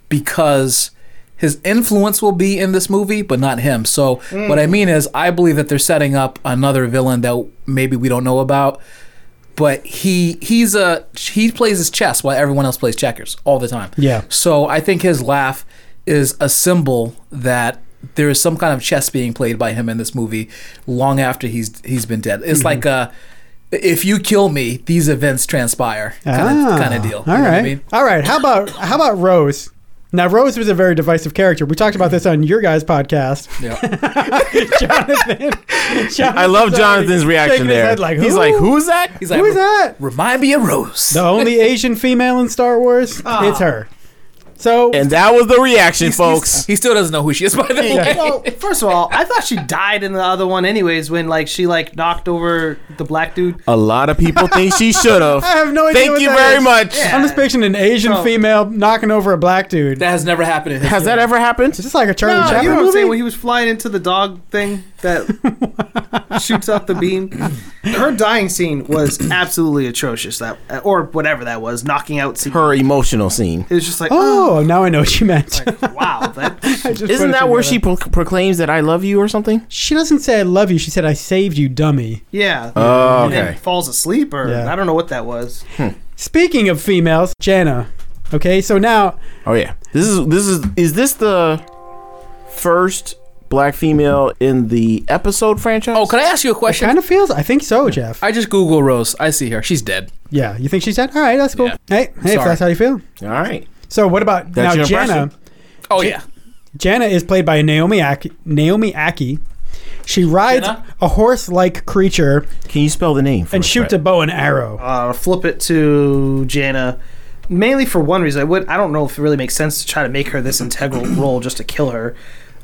because his influence will be in this movie, but not him. So Hmm. what I mean is, I believe that they're setting up another villain that maybe we don't know about. But he he's a he plays his chess while everyone else plays checkers all the time. Yeah. So I think his laugh is a symbol that there is some kind of chess being played by him in this movie long after he's he's been dead. Mm-hmm. It's like a if you kill me, these events transpire kind of Ah, kind of deal. All right. You know what I mean? All right. How about how about Rose? Now Rose was a very divisive character. We talked about this on your guys' podcast. Yeah. Jonathan, Jonathan I love Jonathan's reaction shaking his there. head like, He's "Who?" like, "Who's that?" He's Who is that? Remind me of Rose. The only Asian female in Star Wars. It's her. So And that was the reaction, folks. He still doesn't know who she is by the way. Well, first of all, I thought she died in the other one, anyways, when like she like knocked over the black dude. A lot of people think she should have. I have no idea. Thank what you that very is. much. I'm just picturing an Asian So- female knocking over a black dude. That has never happened in history. Has that ever happened? Just like a Charlie No, you Chaplin know what I'm movie. saying? When he was flying into the dog thing that shoots out the beam, her dying scene was absolutely atrocious. That or whatever that was, knocking out scene. Her emotional scene. It was just like, oh, now I know what you meant. oh, wow, that. I just put Isn't it that where together. she pro- proclaims that I love you or something? She doesn't say I love you. She said I saved you, dummy. Yeah. Oh, And then okay. falls asleep, or Yeah. I don't know what that was. Speaking of females, Jana. Okay, so now Oh yeah. This is this is is this the first black female in the episode franchise? Oh, can I ask you a question? kind of feels. I think so, Jeff. I just Google Rose. I see her. She's dead. yeah, you think she's dead? All right, that's cool. Yeah. Hey, hey, if Sorry. that's how you feel. All right. So what about That's now, your Jana? impression? Oh yeah. Jana is played by Naomi Aki. Naomi Aki. She rides Jenna? a horse-like creature Can you spell the name? For and us, shoots a Brett? bow and arrow. Uh, flip it to Jana. Mainly for one reason, I would I don't know if it really makes sense to try to make her this integral role just to kill her.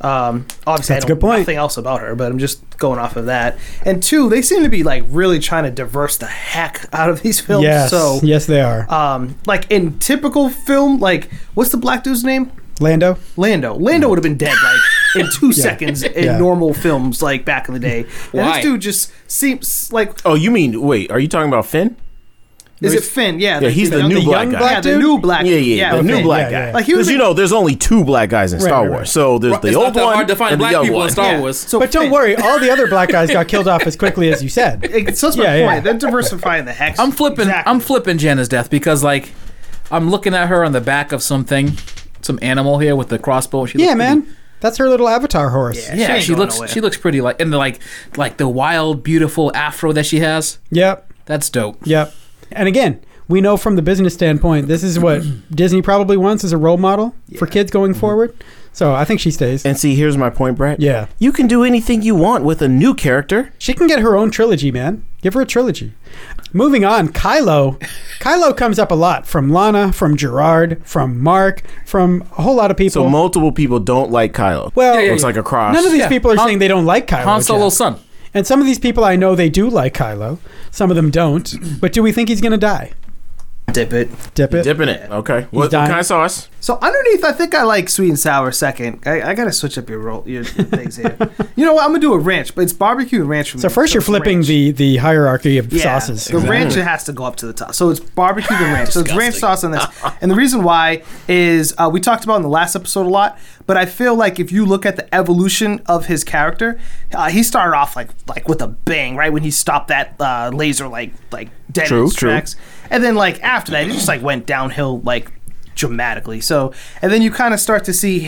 Um, obviously, That's I a know good point. nothing else about her, but I'm just going off of that. And two, they seem to be like really trying to diverse the heck out of these films. Yes, So, yes, they are. um, like in typical film, like what's the black dude's name? Lando, Lando. Lando would have been dead like in two seconds in Yeah. normal films, like back in the day. And Why? this dude just seems like Oh, you mean wait? Are you talking about Finn? is it Finn? Yeah, Yeah, he's the, young- new black young guy. black yeah, the dude? new black. Yeah, yeah, the new Finn. black Yeah, yeah. guy. Like, he was Because you in- know, there's only two black guys in Star right, Wars. right. So there's the it's old not that one hard to find and black the young people one. in Star Yeah. Wars. So but don't Finn- worry, all the other black guys got killed off as quickly as you said. It- So that's my Yeah, yeah. point. They're diversifying the hex. I'm flipping. I'm flipping Jana's death because like I'm looking at her on the back of something, some animal here with the crossbow. She Yeah, looks pretty- man, that's her little avatar horse. Yeah. yeah, She ain't she, going looks. nowhere. She looks pretty like and the, like like the wild, beautiful afro that she has. Yep, That's dope. yep. And again, we know from the business standpoint, this is what Disney probably wants as a role model for kids going forward. So I think she stays. And see, here's my point, Brett. Yeah. You can do anything you want with a new character. She can get her own trilogy, man. Give her a trilogy. Moving on, Kylo. Kylo comes up a lot from Lana, from Gerard, from Mark, from a whole lot of people. So multiple people don't like Kylo. Well- Yeah, yeah, looks yeah. like a cross. None of these Yeah. people are Han- saying they don't like Kylo. Han Solo's Jeff. son. And some of these people I know they do like Kylo. Some of them don't. But do we think he's going to die? dip it. Dip it. dipping it. Okay. What, what dying. kind of sauce? So underneath, I think I like sweet and sour second. I, I gotta switch up your roll, your things here. you know what? I'm gonna do a ranch, but it's barbecue and ranch for me. So first you're it's flipping ranch. the the hierarchy of sauces. The ranch it has to go up to the top. So it's barbecue and ranch. so it's ranch Disgusting. sauce on this. and the reason why is uh, we talked about in the last episode a lot, but I feel like if you look at the evolution of his character, uh, he started off like like with a bang, right? When he stopped that uh, laser like like dead True, in its true. tracks. And then like after that, it just like went downhill like dramatically. So and then you kind of start to see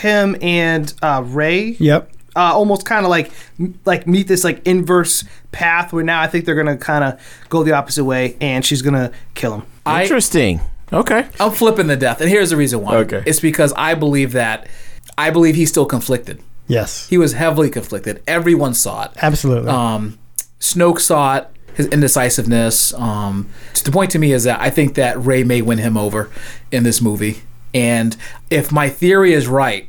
him and uh, Ray Yep. uh, almost kind of like m- like meet this like inverse path where now I think they're gonna kind of go the opposite way and she's gonna kill him. I- Interesting. Okay. I'm flipping the death, and here's the reason why. Okay. It's because I believe that I believe he's still conflicted. Yes. He was heavily conflicted. Everyone saw it. Absolutely. Um, Snoke saw it. His indecisiveness. Um, so the point to me is that I think that Ray may win him over in this movie. And if my theory is right,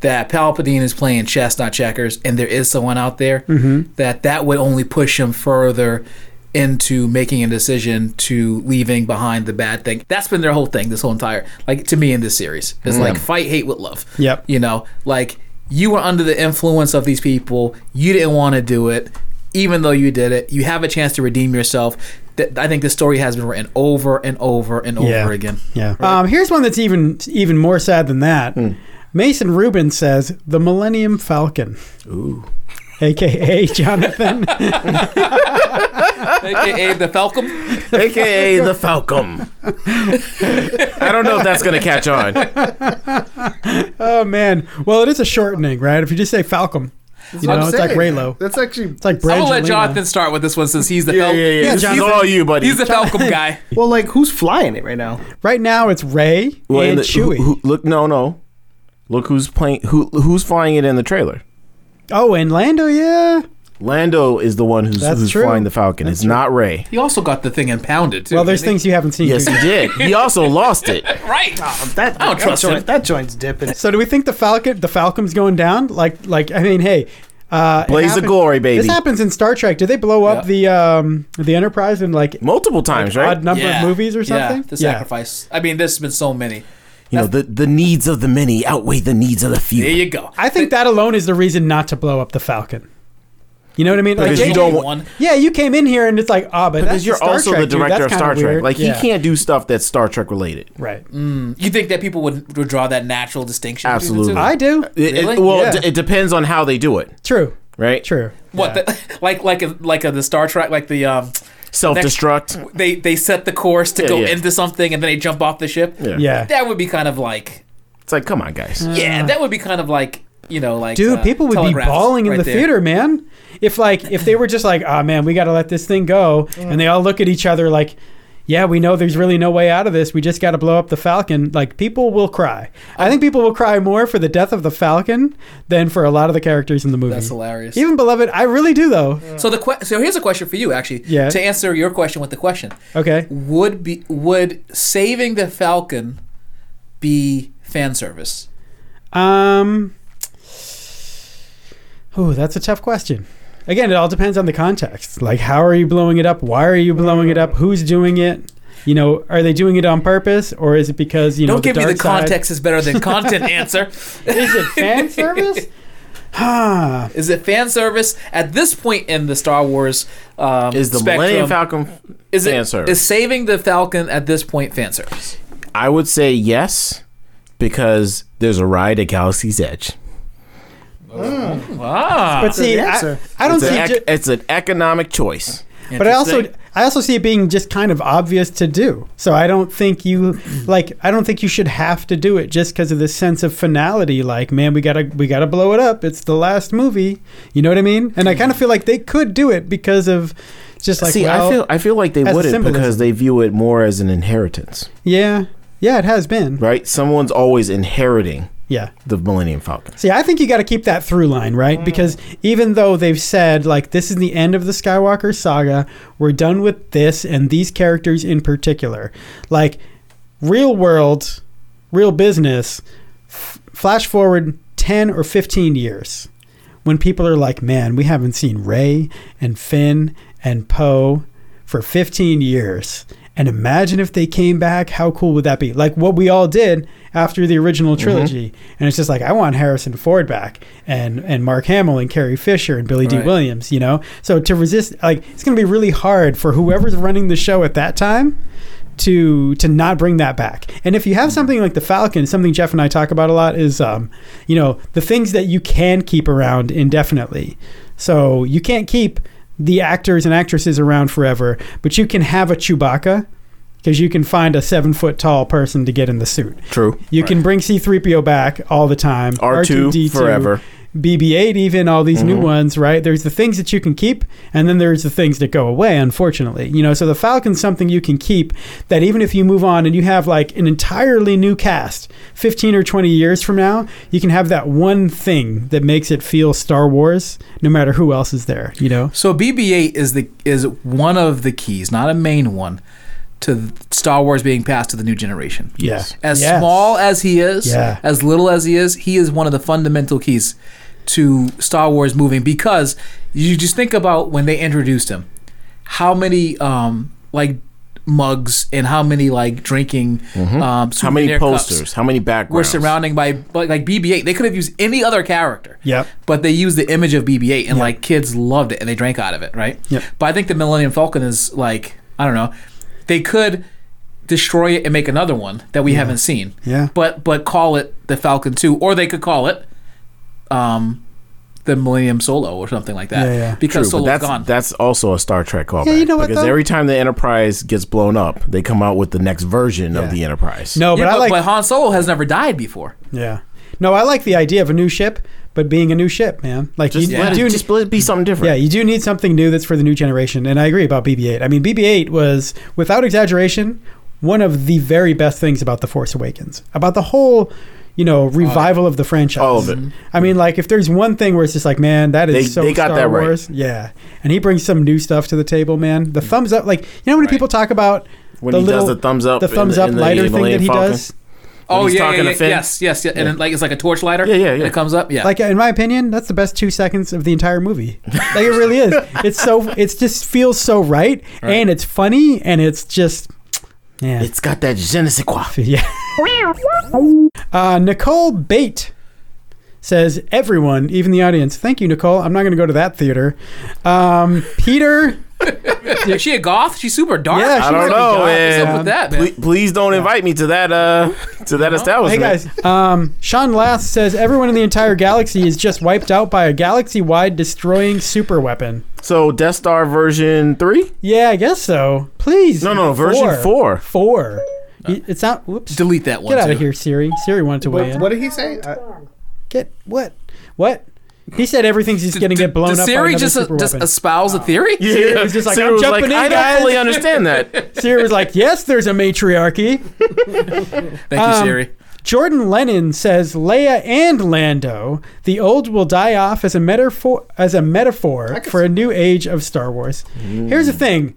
that Palpatine is playing chess, not checkers, and there is someone out there Mm-hmm. that that would only push him further into making a decision to leaving behind the bad thing. That's been their whole thing, this whole entire like to me in this series. It's like fight hate with love. Mm. Yep. You know, like you were under the influence of these people, you didn't want to do it, even though you did it. You have a chance to redeem yourself. Th- I think this story has been written over and over and over yeah. again. Yeah. Um, here's one that's even even more sad than that. Hmm. Mason Rubin says the Millennium Falcon. Ooh. AKA Jonathan. AKA the Falcon. AKA the Falcon. I don't know if that's gonna catch on. oh man. Well, it is a shortening, right? If you just say Falcon, you know, it's like Raylo. That's Oh. actually It's like I'm gonna Brangelina. let Jonathan start with this one since he's the Yeah, yeah, Falcon. yeah. this is Jonathan. all you, buddy. He's the Falcon guy. well, like who's flying it right now? Right now, it's Ray Well, in and the- Chewie. who- who- look, no, no. Look who's playing. Who who's flying it in the trailer? oh, and Lando, yeah. Lando is the one who's, That's who's true. flying the Falcon. it's not Ray. He also got the thing impounded too. Well, there's things you haven't seen. Yes, too. he did. He also lost it. right. That I don't that trust joint, him. That joint's dipping. So, do we think the Falcon, the Falcon's going down? Like, like I mean, hey, uh, it Blaze of happened- glory, baby. This happens in Star Trek. Did they blow up Yeah. the um the Enterprise in like Multiple times, right? odd number of movies or something? Yeah, the sacrifice. I mean, there's been so many. You know, the, the needs of the many outweigh the needs of the few. There you go. I think that alone is the reason not to blow up the Falcon. You know what I mean? Like, Because they- you don't Only want- one. Yeah, you came in here and it's like, ah, but that's Because the you're Star also Trek, the dude. director That's of kinda Star Trek. weird. Like Yeah. he can't do stuff that's Star Trek related. Right. You think that people would, would draw that natural distinction? between the Absolutely. two? I do. It- it- Really? well, Yeah. d- it depends on how they do it, True. right? True. What the, like like a, like a, the Star Trek like the um Self destruct. they they set the course to Yeah, go yeah. into something and then they jump off the ship. Yeah. Yeah. That would be kind of like It's like, come on, guys. yeah, that would be kind of like you know like Mm. Dude, uh, people would be telegraphed bawling in right the there. theater, man. If like if they were just like, oh man, we got to let this thing go, Mm. and they all look at each other like, yeah, we know there's really no way out of this. We just got to blow up the Falcon. Like people will cry. I think people will cry more for the death of the Falcon than for a lot of the characters in the movie. That's hilarious. Even beloved, I really do though. so the que- so here's a question for you actually. Yeah. To answer your question with the question, Okay. would be would saving the Falcon be fan service? Um, Oh, that's a tough question. Again, it all depends on the context. Like, how are you blowing it up? Why are you blowing it up? Who's doing it? You know, are they doing it on purpose, or is it because you know? Don't give me dark the side- context is better than content answer. Is it fan service? Ah, Is it fan service at this point in the Star Wars um, Is the spectrum? Millennium Falcon is it- fan service? Is saving the Falcon at this point fan service? I would say yes because there's a ride at Galaxy's Edge. Wow. but see, good I, answer. I don't It's, see. an ju- ec- it's an economic choice. but I also I also see it being just kind of obvious to do. So I don't think you like I don't think you should have to do it just because of this sense of finality. Like, man, we gotta we gotta blow it up. It's the last movie. You know what I mean? And I kind of feel like they could do it because of just like See, well, I feel I feel like they as a wouldn't symbolism. because they view it more as an inheritance, yeah, yeah, it has been. right? Someone's always inheriting Yeah. the Millennium Falcon. See, I think you got to keep that through line, right? Because even though they've said, like, this is the end of the Skywalker saga, we're done with this and these characters in particular. Like, real world, real business, f- flash forward 10 or 15 years when people are like, man, we haven't seen Ray and Finn and Poe for 15 years. And imagine if they came back, how cool would that be? Like what we all did after the original trilogy. And it's just like, I want Harrison Ford back and, and Mark Hamill and Carrie Fisher and Billy Right. D. Williams, you know? So to resist, like, it's going to be really hard for whoever's running the show at that time to to not bring that back. And if you have something like the Falcon, something Jeff and I talk about a lot is um, you know, the things that you can keep around indefinitely. So you can't keep the actors and actresses around forever, but you can have a Chewbacca because you can find a seven foot tall person to get in the suit. True. You can bring C3PO back all the time. R2 R2D2, forever. Mm-hmm. BB8, even all these new ones, right? There's the things that you can keep, and then there's the things that go away, unfortunately. You know, so the Falcon's something you can keep that even if you move on and you have like an entirely new cast 15 or 20 years from now, you can have that one thing that makes it feel Star Wars, no matter who else is there, you know? So BB-8 is the is one of the keys, not a main one, to Star Wars being passed to the new generation. Yes. As Yes. small as he is, Yeah. as little as he is, he is one of the fundamental keys to Star Wars moving because you just think about when they introduced him, how many um like mugs and how many like drinking um Mm-hmm. How many souvenir cups posters? How many were backgrounds? surrounding by like, like BB-8. They could have used any other character. Yep. But they used the image of BB-8, and like kids loved it, and they drank out of it, right? Yep. But I think the Millennium Falcon is like I don't know. They could destroy it and make another one that we haven't seen. Yeah. But but call it the Falcon Two, or they could call it, um, the Millennium Solo or something like that. Yeah, yeah. Because True, but Solo's that's gone. that's also a Star Trek callback. you know what, because though? every time the Enterprise gets blown up, they come out with the next version of Yeah. the Enterprise. No, yeah, Oh, but I but, like but Han Solo has never died before. Yeah. No, I like the idea of a new ship, but being a new ship, man. Like just you, let you it do just let it be something different. yeah, you do need something new that's for the new generation. And I agree about BB 8. I mean, BB 8 was, without exaggeration, one of the very best things about The Force Awakens, about the whole, you know, revival of the franchise. All of it. I mean, like, if there's one thing where it's just like, man, that is They- so they got Star that right. Wars. Yeah. And he brings some new stuff to the table, man. The thumbs up, like, you know how many people talk about When the he little, does the thumbs up, the in thumbs up in lighter thing that Millennium he Falcon? does? oh he's yeah, talking yeah, to yeah. Finn? yes, yes, yeah. And then, like it's like a torch lighter. Yeah, yeah, and yeah. it comes up. Yeah. Like in my opinion, that's the best two seconds of the entire movie. Like it really is. It's so it's just feels so right, and it's funny, and it's just yeah, It's got that je ne sais quoi. yeah. Uh, Nicole Bate says everyone, even the audience. Thank you, Nicole. I'm not going to go to that theater. Um, Peter, Is she a goth? She's super dark. Yeah, I she might don't be know, gone. man. What's up with that, man? Please, please don't invite me to that uh to that hey establishment. guys. Um, Sean Last says everyone in the entire galaxy is just wiped out by a galaxy-wide destroying super weapon. So Death Star version three? Yeah, I guess so. Please. No, no, version four. Uh, Four. Y- It's not. Whoops. Delete that one. Get out of too. here, Siri. Siri wanted to weigh What, in. what did he say? I, Get what? What? He said everything's just going to Did- get blown did up. Siri by uh, just, super just weapon. espouse a theory? Yeah, was just like, Sarah "I'm was jumping in, I guys." don't fully understand that. Siri was like, "Yes, there's a matriarchy." Thank you, Um, Siri. Jordan Lennon says Leia and Lando. The old will die off as a metaphor as a metaphor for a new age of Star Wars. Here's the thing,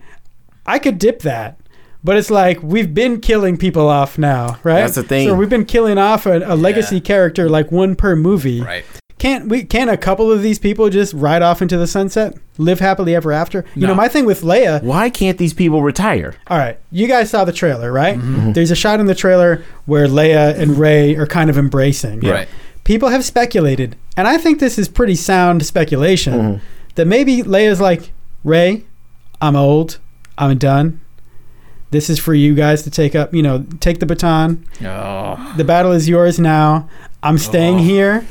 I could dip that, but it's like we've been killing people off now, right? That's the thing. So we've been killing off a, a legacy character like one per movie. Right. Can't we? Can't a couple of these people just ride off into the sunset, live happily ever after? You know, my thing with Leia. Why can't these people retire? All right, you guys saw the trailer, right? Mm-hmm. There's a shot in the trailer where Leia and Ray are kind of embracing. Right. People have speculated, and I think this is pretty sound speculation Mm-hmm. that maybe Leia's like, Ray, I'm old, I'm done. This is for you guys to take up. You know, take the baton. Oh. The battle is yours now. I'm staying here.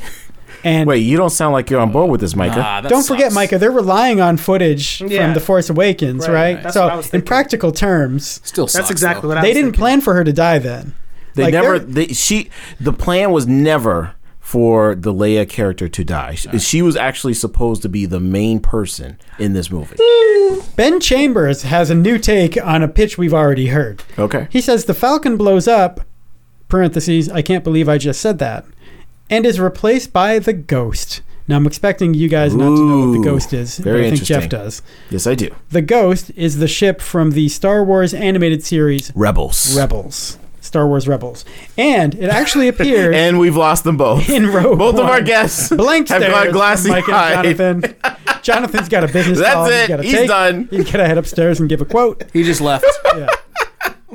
And Wait, you don't sound like you're on board with this, Micah. Ah, that don't forget, sucks. Micah, they're relying on footage Yeah. from The Force Awakens, Right, right? right. That's what I So, was in thinking. practical terms, Still That's exactly what I they was didn't thinking. plan for her to die then. They Like, never. they're- They, she. The plan was never for the Leia character to die. She, she was actually supposed to be the main person in this movie. Ben Chambers has a new take on a pitch we've already heard. Okay. He says the Falcon blows up, parentheses, I can't believe I just said that, and is replaced by the Ghost. Now, I'm expecting you guys not to know what Ooh, the Ghost is, but very I think Jeff interesting. does. Yes, I do. The Ghost is the ship from the Star Wars animated series Rebels. Rebels. Star Wars Rebels. And it actually appears And we've lost them both. in row both of our one. guests Blank have stares got from glassy Mike eyes. and Jonathan. Jonathan's got a business That's call. it. gotta He's take. done. You gotta head upstairs and give a quote. He just left. Yeah.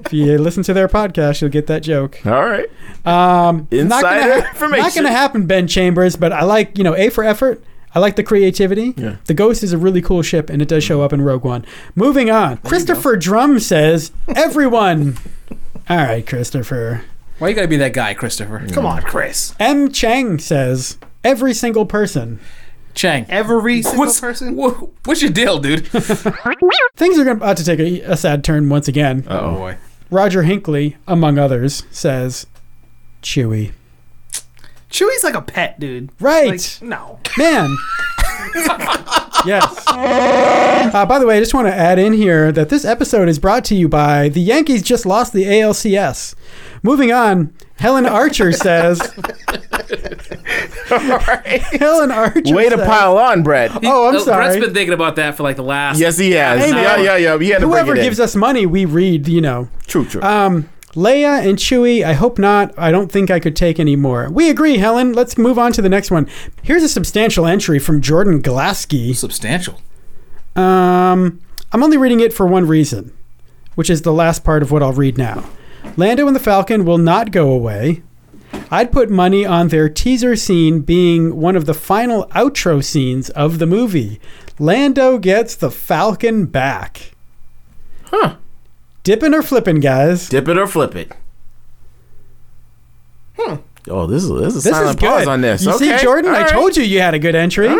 if you listen to their podcast, you'll get that joke. All right. Um, not gonna Insider hap- information. Not going to happen, Ben Chambers. But I like you know a for effort. I like the creativity. Yeah. The Ghost is a really cool ship, and it does show up in Rogue One. Moving on, Christopher Drum says everyone. All right, Christopher. Why you gotta be that guy, Christopher? Come on, Chris. M. Chang says every single person. Chang. Every single What's person. wha- what's your deal, dude? Things are about to take a, a sad turn once again. oh boy. Roger Hinckley, among others, says Chewie. Chewie's like a pet, dude. Right. Like, no. Man. yes. Uh, by the way, I just want to add in here that this episode is brought to you by the Yankees just lost the ALCS. Moving on, Helen Archer says. Helen Archer. Way to says- pile on, Brett. Oh, I'm Uh, sorry. Brett's been thinking about that for like the last. Yes, he has. Hey, man. yeah, yeah, yeah. He had to Whoever bring it gives in. us money, we read. You know, True, true. um, Leia and Chewie. I hope not. I don't think I could take any more. We agree, Helen. Let's move on to the next one. Here's a substantial entry from Jordan Glasky. Substantial. Um, I'm only reading it for one reason, which is the last part of what I'll read now. Lando and the Falcon will not go away. I'd put money on their teaser scene being one of the final outro scenes of the movie. Lando gets the Falcon back. Huh. Dipping or flipping, guys. Dip it or flip it. Hmm. Oh, this is this is a this is silent good. pause on this. You okay. see, Jordan, I told you you had a good entry.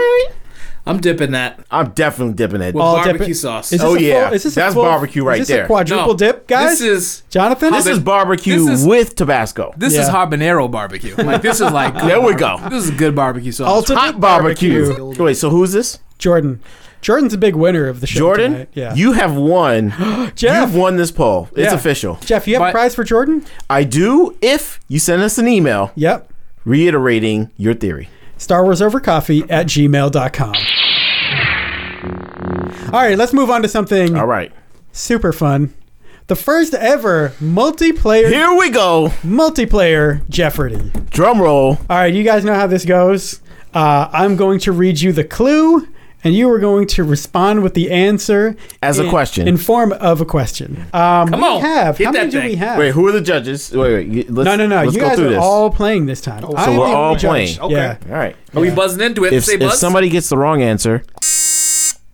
I'm dipping that. I'm definitely dipping it. Well, All Barbecue dipping- sauce. Is this Oh, a full- yeah. is this a That's full- barbecue right is this there. A quadruple No. dip, guys. This is Jonathan. this is barbecue this is- with Tabasco. this is Yeah. habanero barbecue. Like this is like good There we barbe- go. This is good barbecue sauce. Ultimate Hot barbecue. Wait, so who's this? Jordan. Jordan's a big winner of the show. Jordan? tonight. Yeah. You have won. Jeff. You've won this poll. It's Yeah. official. Jeff, you have My- a prize for Jordan? I do if you send us an email Yep. reiterating your theory. Star Wars Over Coffee at gmail.com. All right, let's move on to something All right. super fun. The first ever multiplayer Here we go. multiplayer Jeopardy. Drum roll. All right, you guys know how this goes. Uh, I'm going to read you the clue, and you are going to respond with the answer As a in- question. in form of a question. Um, Come we on, have hit how many that do thing. we have? Wait, who are the judges? Wait, wait. you- Let's, no, no, no. Let's You go guys through are this. all playing this time. I am Oh, we're the all only judge. playing. Okay. Yeah. all right. Are we buzzing into it? If, Say if buzz. somebody gets the wrong answer,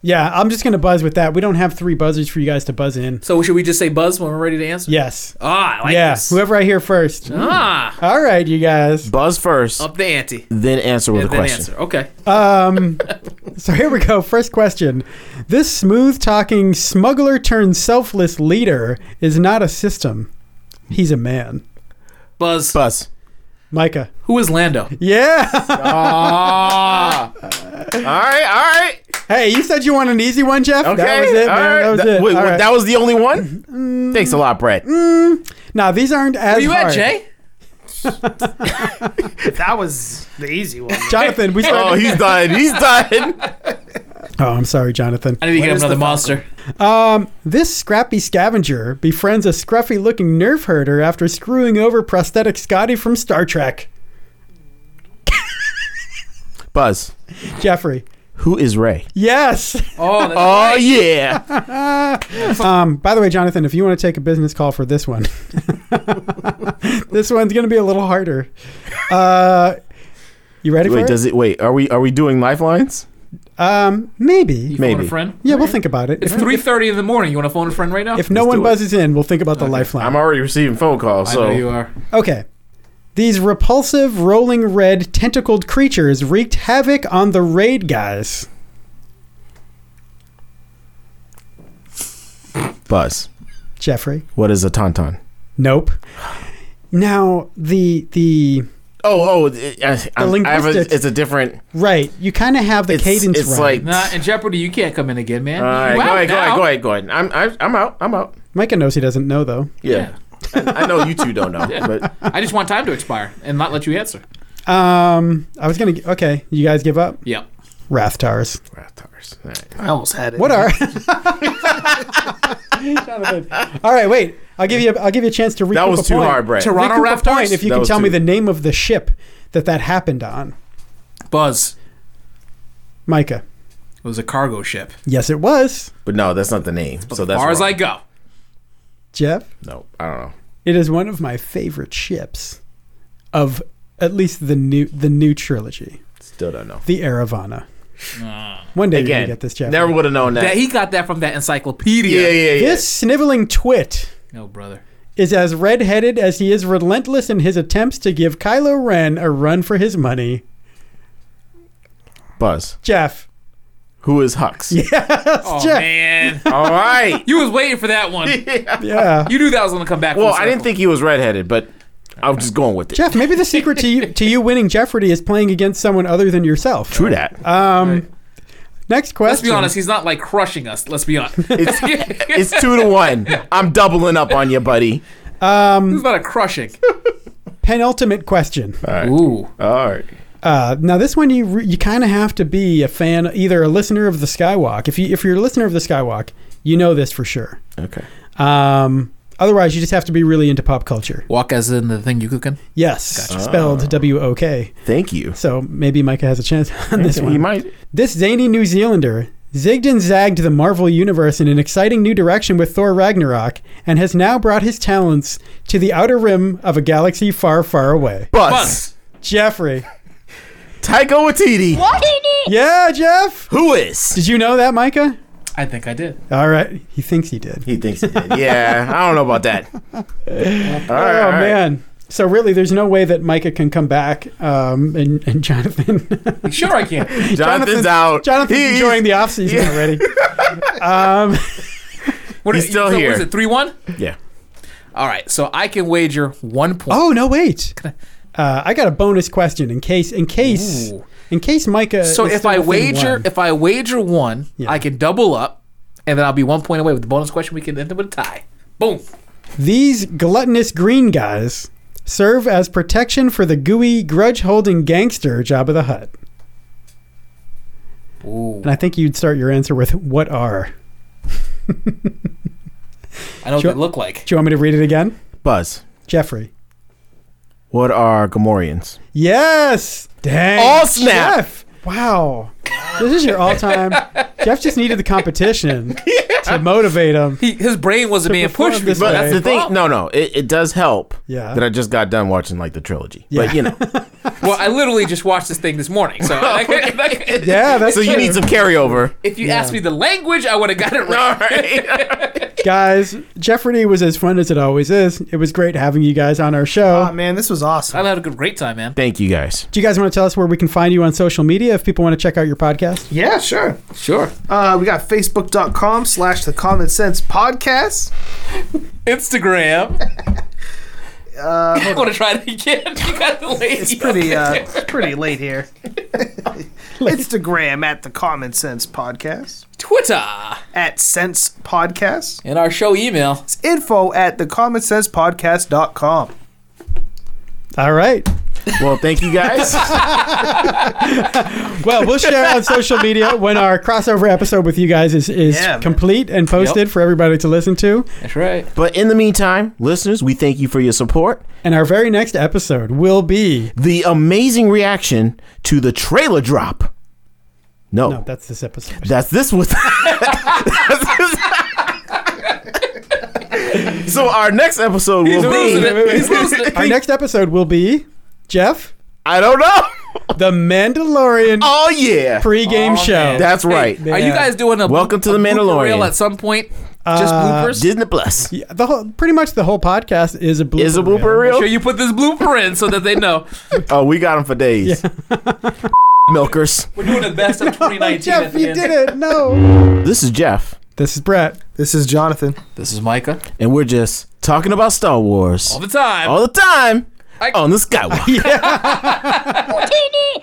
Yeah, I'm just gonna buzz with that. We don't have three buzzers for you guys to buzz in. so should we just say buzz when we're ready to answer? Yes. Ah, I like yeah. this. Whoever I hear first. Ah, All right, you guys. buzz first, up the ante. then answer with a And then question. answer. Okay. Um, so here we go. First question. This smooth talking smuggler turned selfless leader is not a system. He's a man. Buzz. Buzz. Micah. Who is Lando? Yeah. Ah. all right, all right. hey, you said you want an easy one, Jeff. Okay. That was it, man. all right. That was Th- it. Wait, All wait, right. Mm. that was the only one? Thanks a lot, Brett. now these aren't as Where you hard. at, Jay? That was the easy one. Jonathan, we started. Oh, he's done. He's done. oh, I'm sorry, Jonathan. I need to Where get him is another the monster. Um, this scrappy scavenger befriends a scruffy looking nerf herder after screwing over prosthetic Scotty from Star Trek. Buzz, Jeffrey. who is Ray? Yes. Oh, that's- Oh yeah. Um, by the way, Jonathan, if you want to take a business call for this one, this one's going to be a little harder. Uh, you ready wait, for does it? Wait, are we are we doing lifelines? it? Um, you maybe. phone Maybe. a friend. Yeah, we'll think about it. It's If, three thirty in the morning. You want to phone a friend right now? if no Let's one do it. buzzes in, we'll think about the lifeline. I'm already receiving phone calls. I So know you are. Okay. These repulsive, rolling red, tentacled creatures wreaked havoc on the raid guys. Buzz, Jeffrey. what is a tauntaun? Nope. Now the the Oh, oh, it, I, I'm- I have a, linguistics. it's a different. right. You kind of have the It's- cadence it's right. like- Nah, in Jeopardy, you can't come in again, man. All right, You go out ahead, go now. ahead, go ahead, go ahead. I'm I, I'm out. I'm out. Micah knows he doesn't know though. Yeah. I know you two don't know, but I just want time to expire and not let you answer. Um, I was gonna. Okay, you guys give up. Yep. Rathtars. Raptors. All right. I almost had it. What are? Jonathan. All right, wait. I'll give you. A, I'll give you a chance to recoup That was a too point. hard, Brett. Toronto Recoup a Raptors? point If you That can was tell me too- the name of the ship that that happened on, Buzz. Micah. It was a cargo ship. Yes, it was But no, that's not the name. so as that's far as wrong. I go. Jeff. No, I don't know. It is one of my favorite ships, of at least the new the new trilogy, Still don't know. the Aravana. One day you're gonna Again, get this, Jeff. never would have known that. That he got that from that encyclopedia. yeah, yeah, yeah. This sniveling twit No, brother. is as red-headed as he is relentless in his attempts to give Kylo Ren a run for his money. Buzz. Jeff. Who is Hux? Oh Jeff. man, All right. you was waiting for that one. You Yeah. knew that was gonna come back. Well, full I didn't circle. think he was redheaded, but I'm just going with it. Jeff, maybe the secret to you to you winning Jeopardy is playing against someone other than yourself. True that. Um Right. next Let's question. be honest. He's not like crushing us. Let's be honest. It's, it's two to one. I'm doubling up on you, buddy. It's not a crushing. Penultimate question. Ooh. All right. Uh, now this one you re- you kind of have to be a fan, either a listener of the Skywalk. If you if you're a listener of the Skywalk, you know this for sure. Okay. Um, otherwise, you just have to be really into pop culture. Walk as in the thing you cooking. Yes, Oh. spelled W O K. Thank you. So maybe Micah has a chance on this He one. might. This zany New Zealander zigged and zagged the Marvel Universe in an exciting new direction with Thor Ragnarok, and has now brought his talents to the outer rim of a galaxy far, far away. Buzz. Buzz. Jeffrey. Taiko Watiti. Yeah, Jeff. Who is? Did you know that, Micah? I think I did. All right. He thinks he did. He thinks he did. Yeah. I don't know about that. All right. Oh, man. So, really, there's no way that Micah can come back um, and, and Jonathan. Sure, I can. Jonathan's out. Jonathan's He's- enjoying the offseason Yeah. already. What He's is- still so here. What is it? Three one. Yeah. All right. So I can wager one point. Oh, no, wait. Uh, I got a bonus question in case, in case, Ooh. in case Micah. Oh, so is if still I within wager, one. if I wager one, Yeah. I can double up, and then I'll be one point away with the bonus question. We can end up with a tie. Boom. These gluttonous green guys serve as protection for the gooey, grudge holding gangster Jabba the Hutt. Ooh. And I think you'd start your answer with, What are? I know what Sure. they look like. Do you want me to read it again? Buzz. Jeffrey. What are Gamorreans? Yes! Dang. All snap. Jeff! Wow. This is your all time. Jeff just needed the competition to motivate him. He, his brain wasn't being perform pushed. this before. way. That's the thing. problem. No, no. It, it does help Yeah. that I just got done watching like the trilogy. Yeah. But you know. Well, I literally just watched this thing this morning. So Yeah, that's so you true. need some carryover. if you asked me the language, I would have got it All right. right. Guys, Jeopardy was as fun as it always is. It was great having you guys on our show. Oh man, this was awesome. I had a good great time, man. Thank you guys. Do you guys want to tell us where we can find you on social media if people want to check out your podcast? Yeah, sure. Sure. Uh, we got facebook.com slash the common sense podcast. Instagram. I want to try that again. You got the lady. It's pretty uh it's pretty late here. Instagram at the common sense podcast. Twitter At sense podcast. and our show email. It's info at the common sense podcast.com. All right. Well, thank you guys. Well, we'll share on social media when our crossover episode with you guys is, is Yeah, man. complete and posted for everybody to listen to. That's right. but in the meantime, listeners, we thank you for your support. And our very next episode will be. The amazing reaction to the trailer drop. No, No, that's this episode. that's this was. so our next episode will losing be. it. He's losing Our next episode will be Jeff, I don't know. the Mandalorian Oh yeah, pregame Aw, show. man. that's right. Are you Yeah. guys doing a Welcome to the a blooper Mandalorian. reel at some point? Just Uh, bloopers. Disney Plus Yeah, the whole, pretty much the whole podcast is a blooper. is a blooper reel. reel. Make sure you put this blooper in so that they know. Oh, we got them for days. Milkers. We're doing the best of 2019. Jeff, you did it. No. This is Jeff, this is Brett. This is Jonathan. This is Micah. and we're just talking about Star Wars All the time. all the time I- on the Skywalk. Yeah.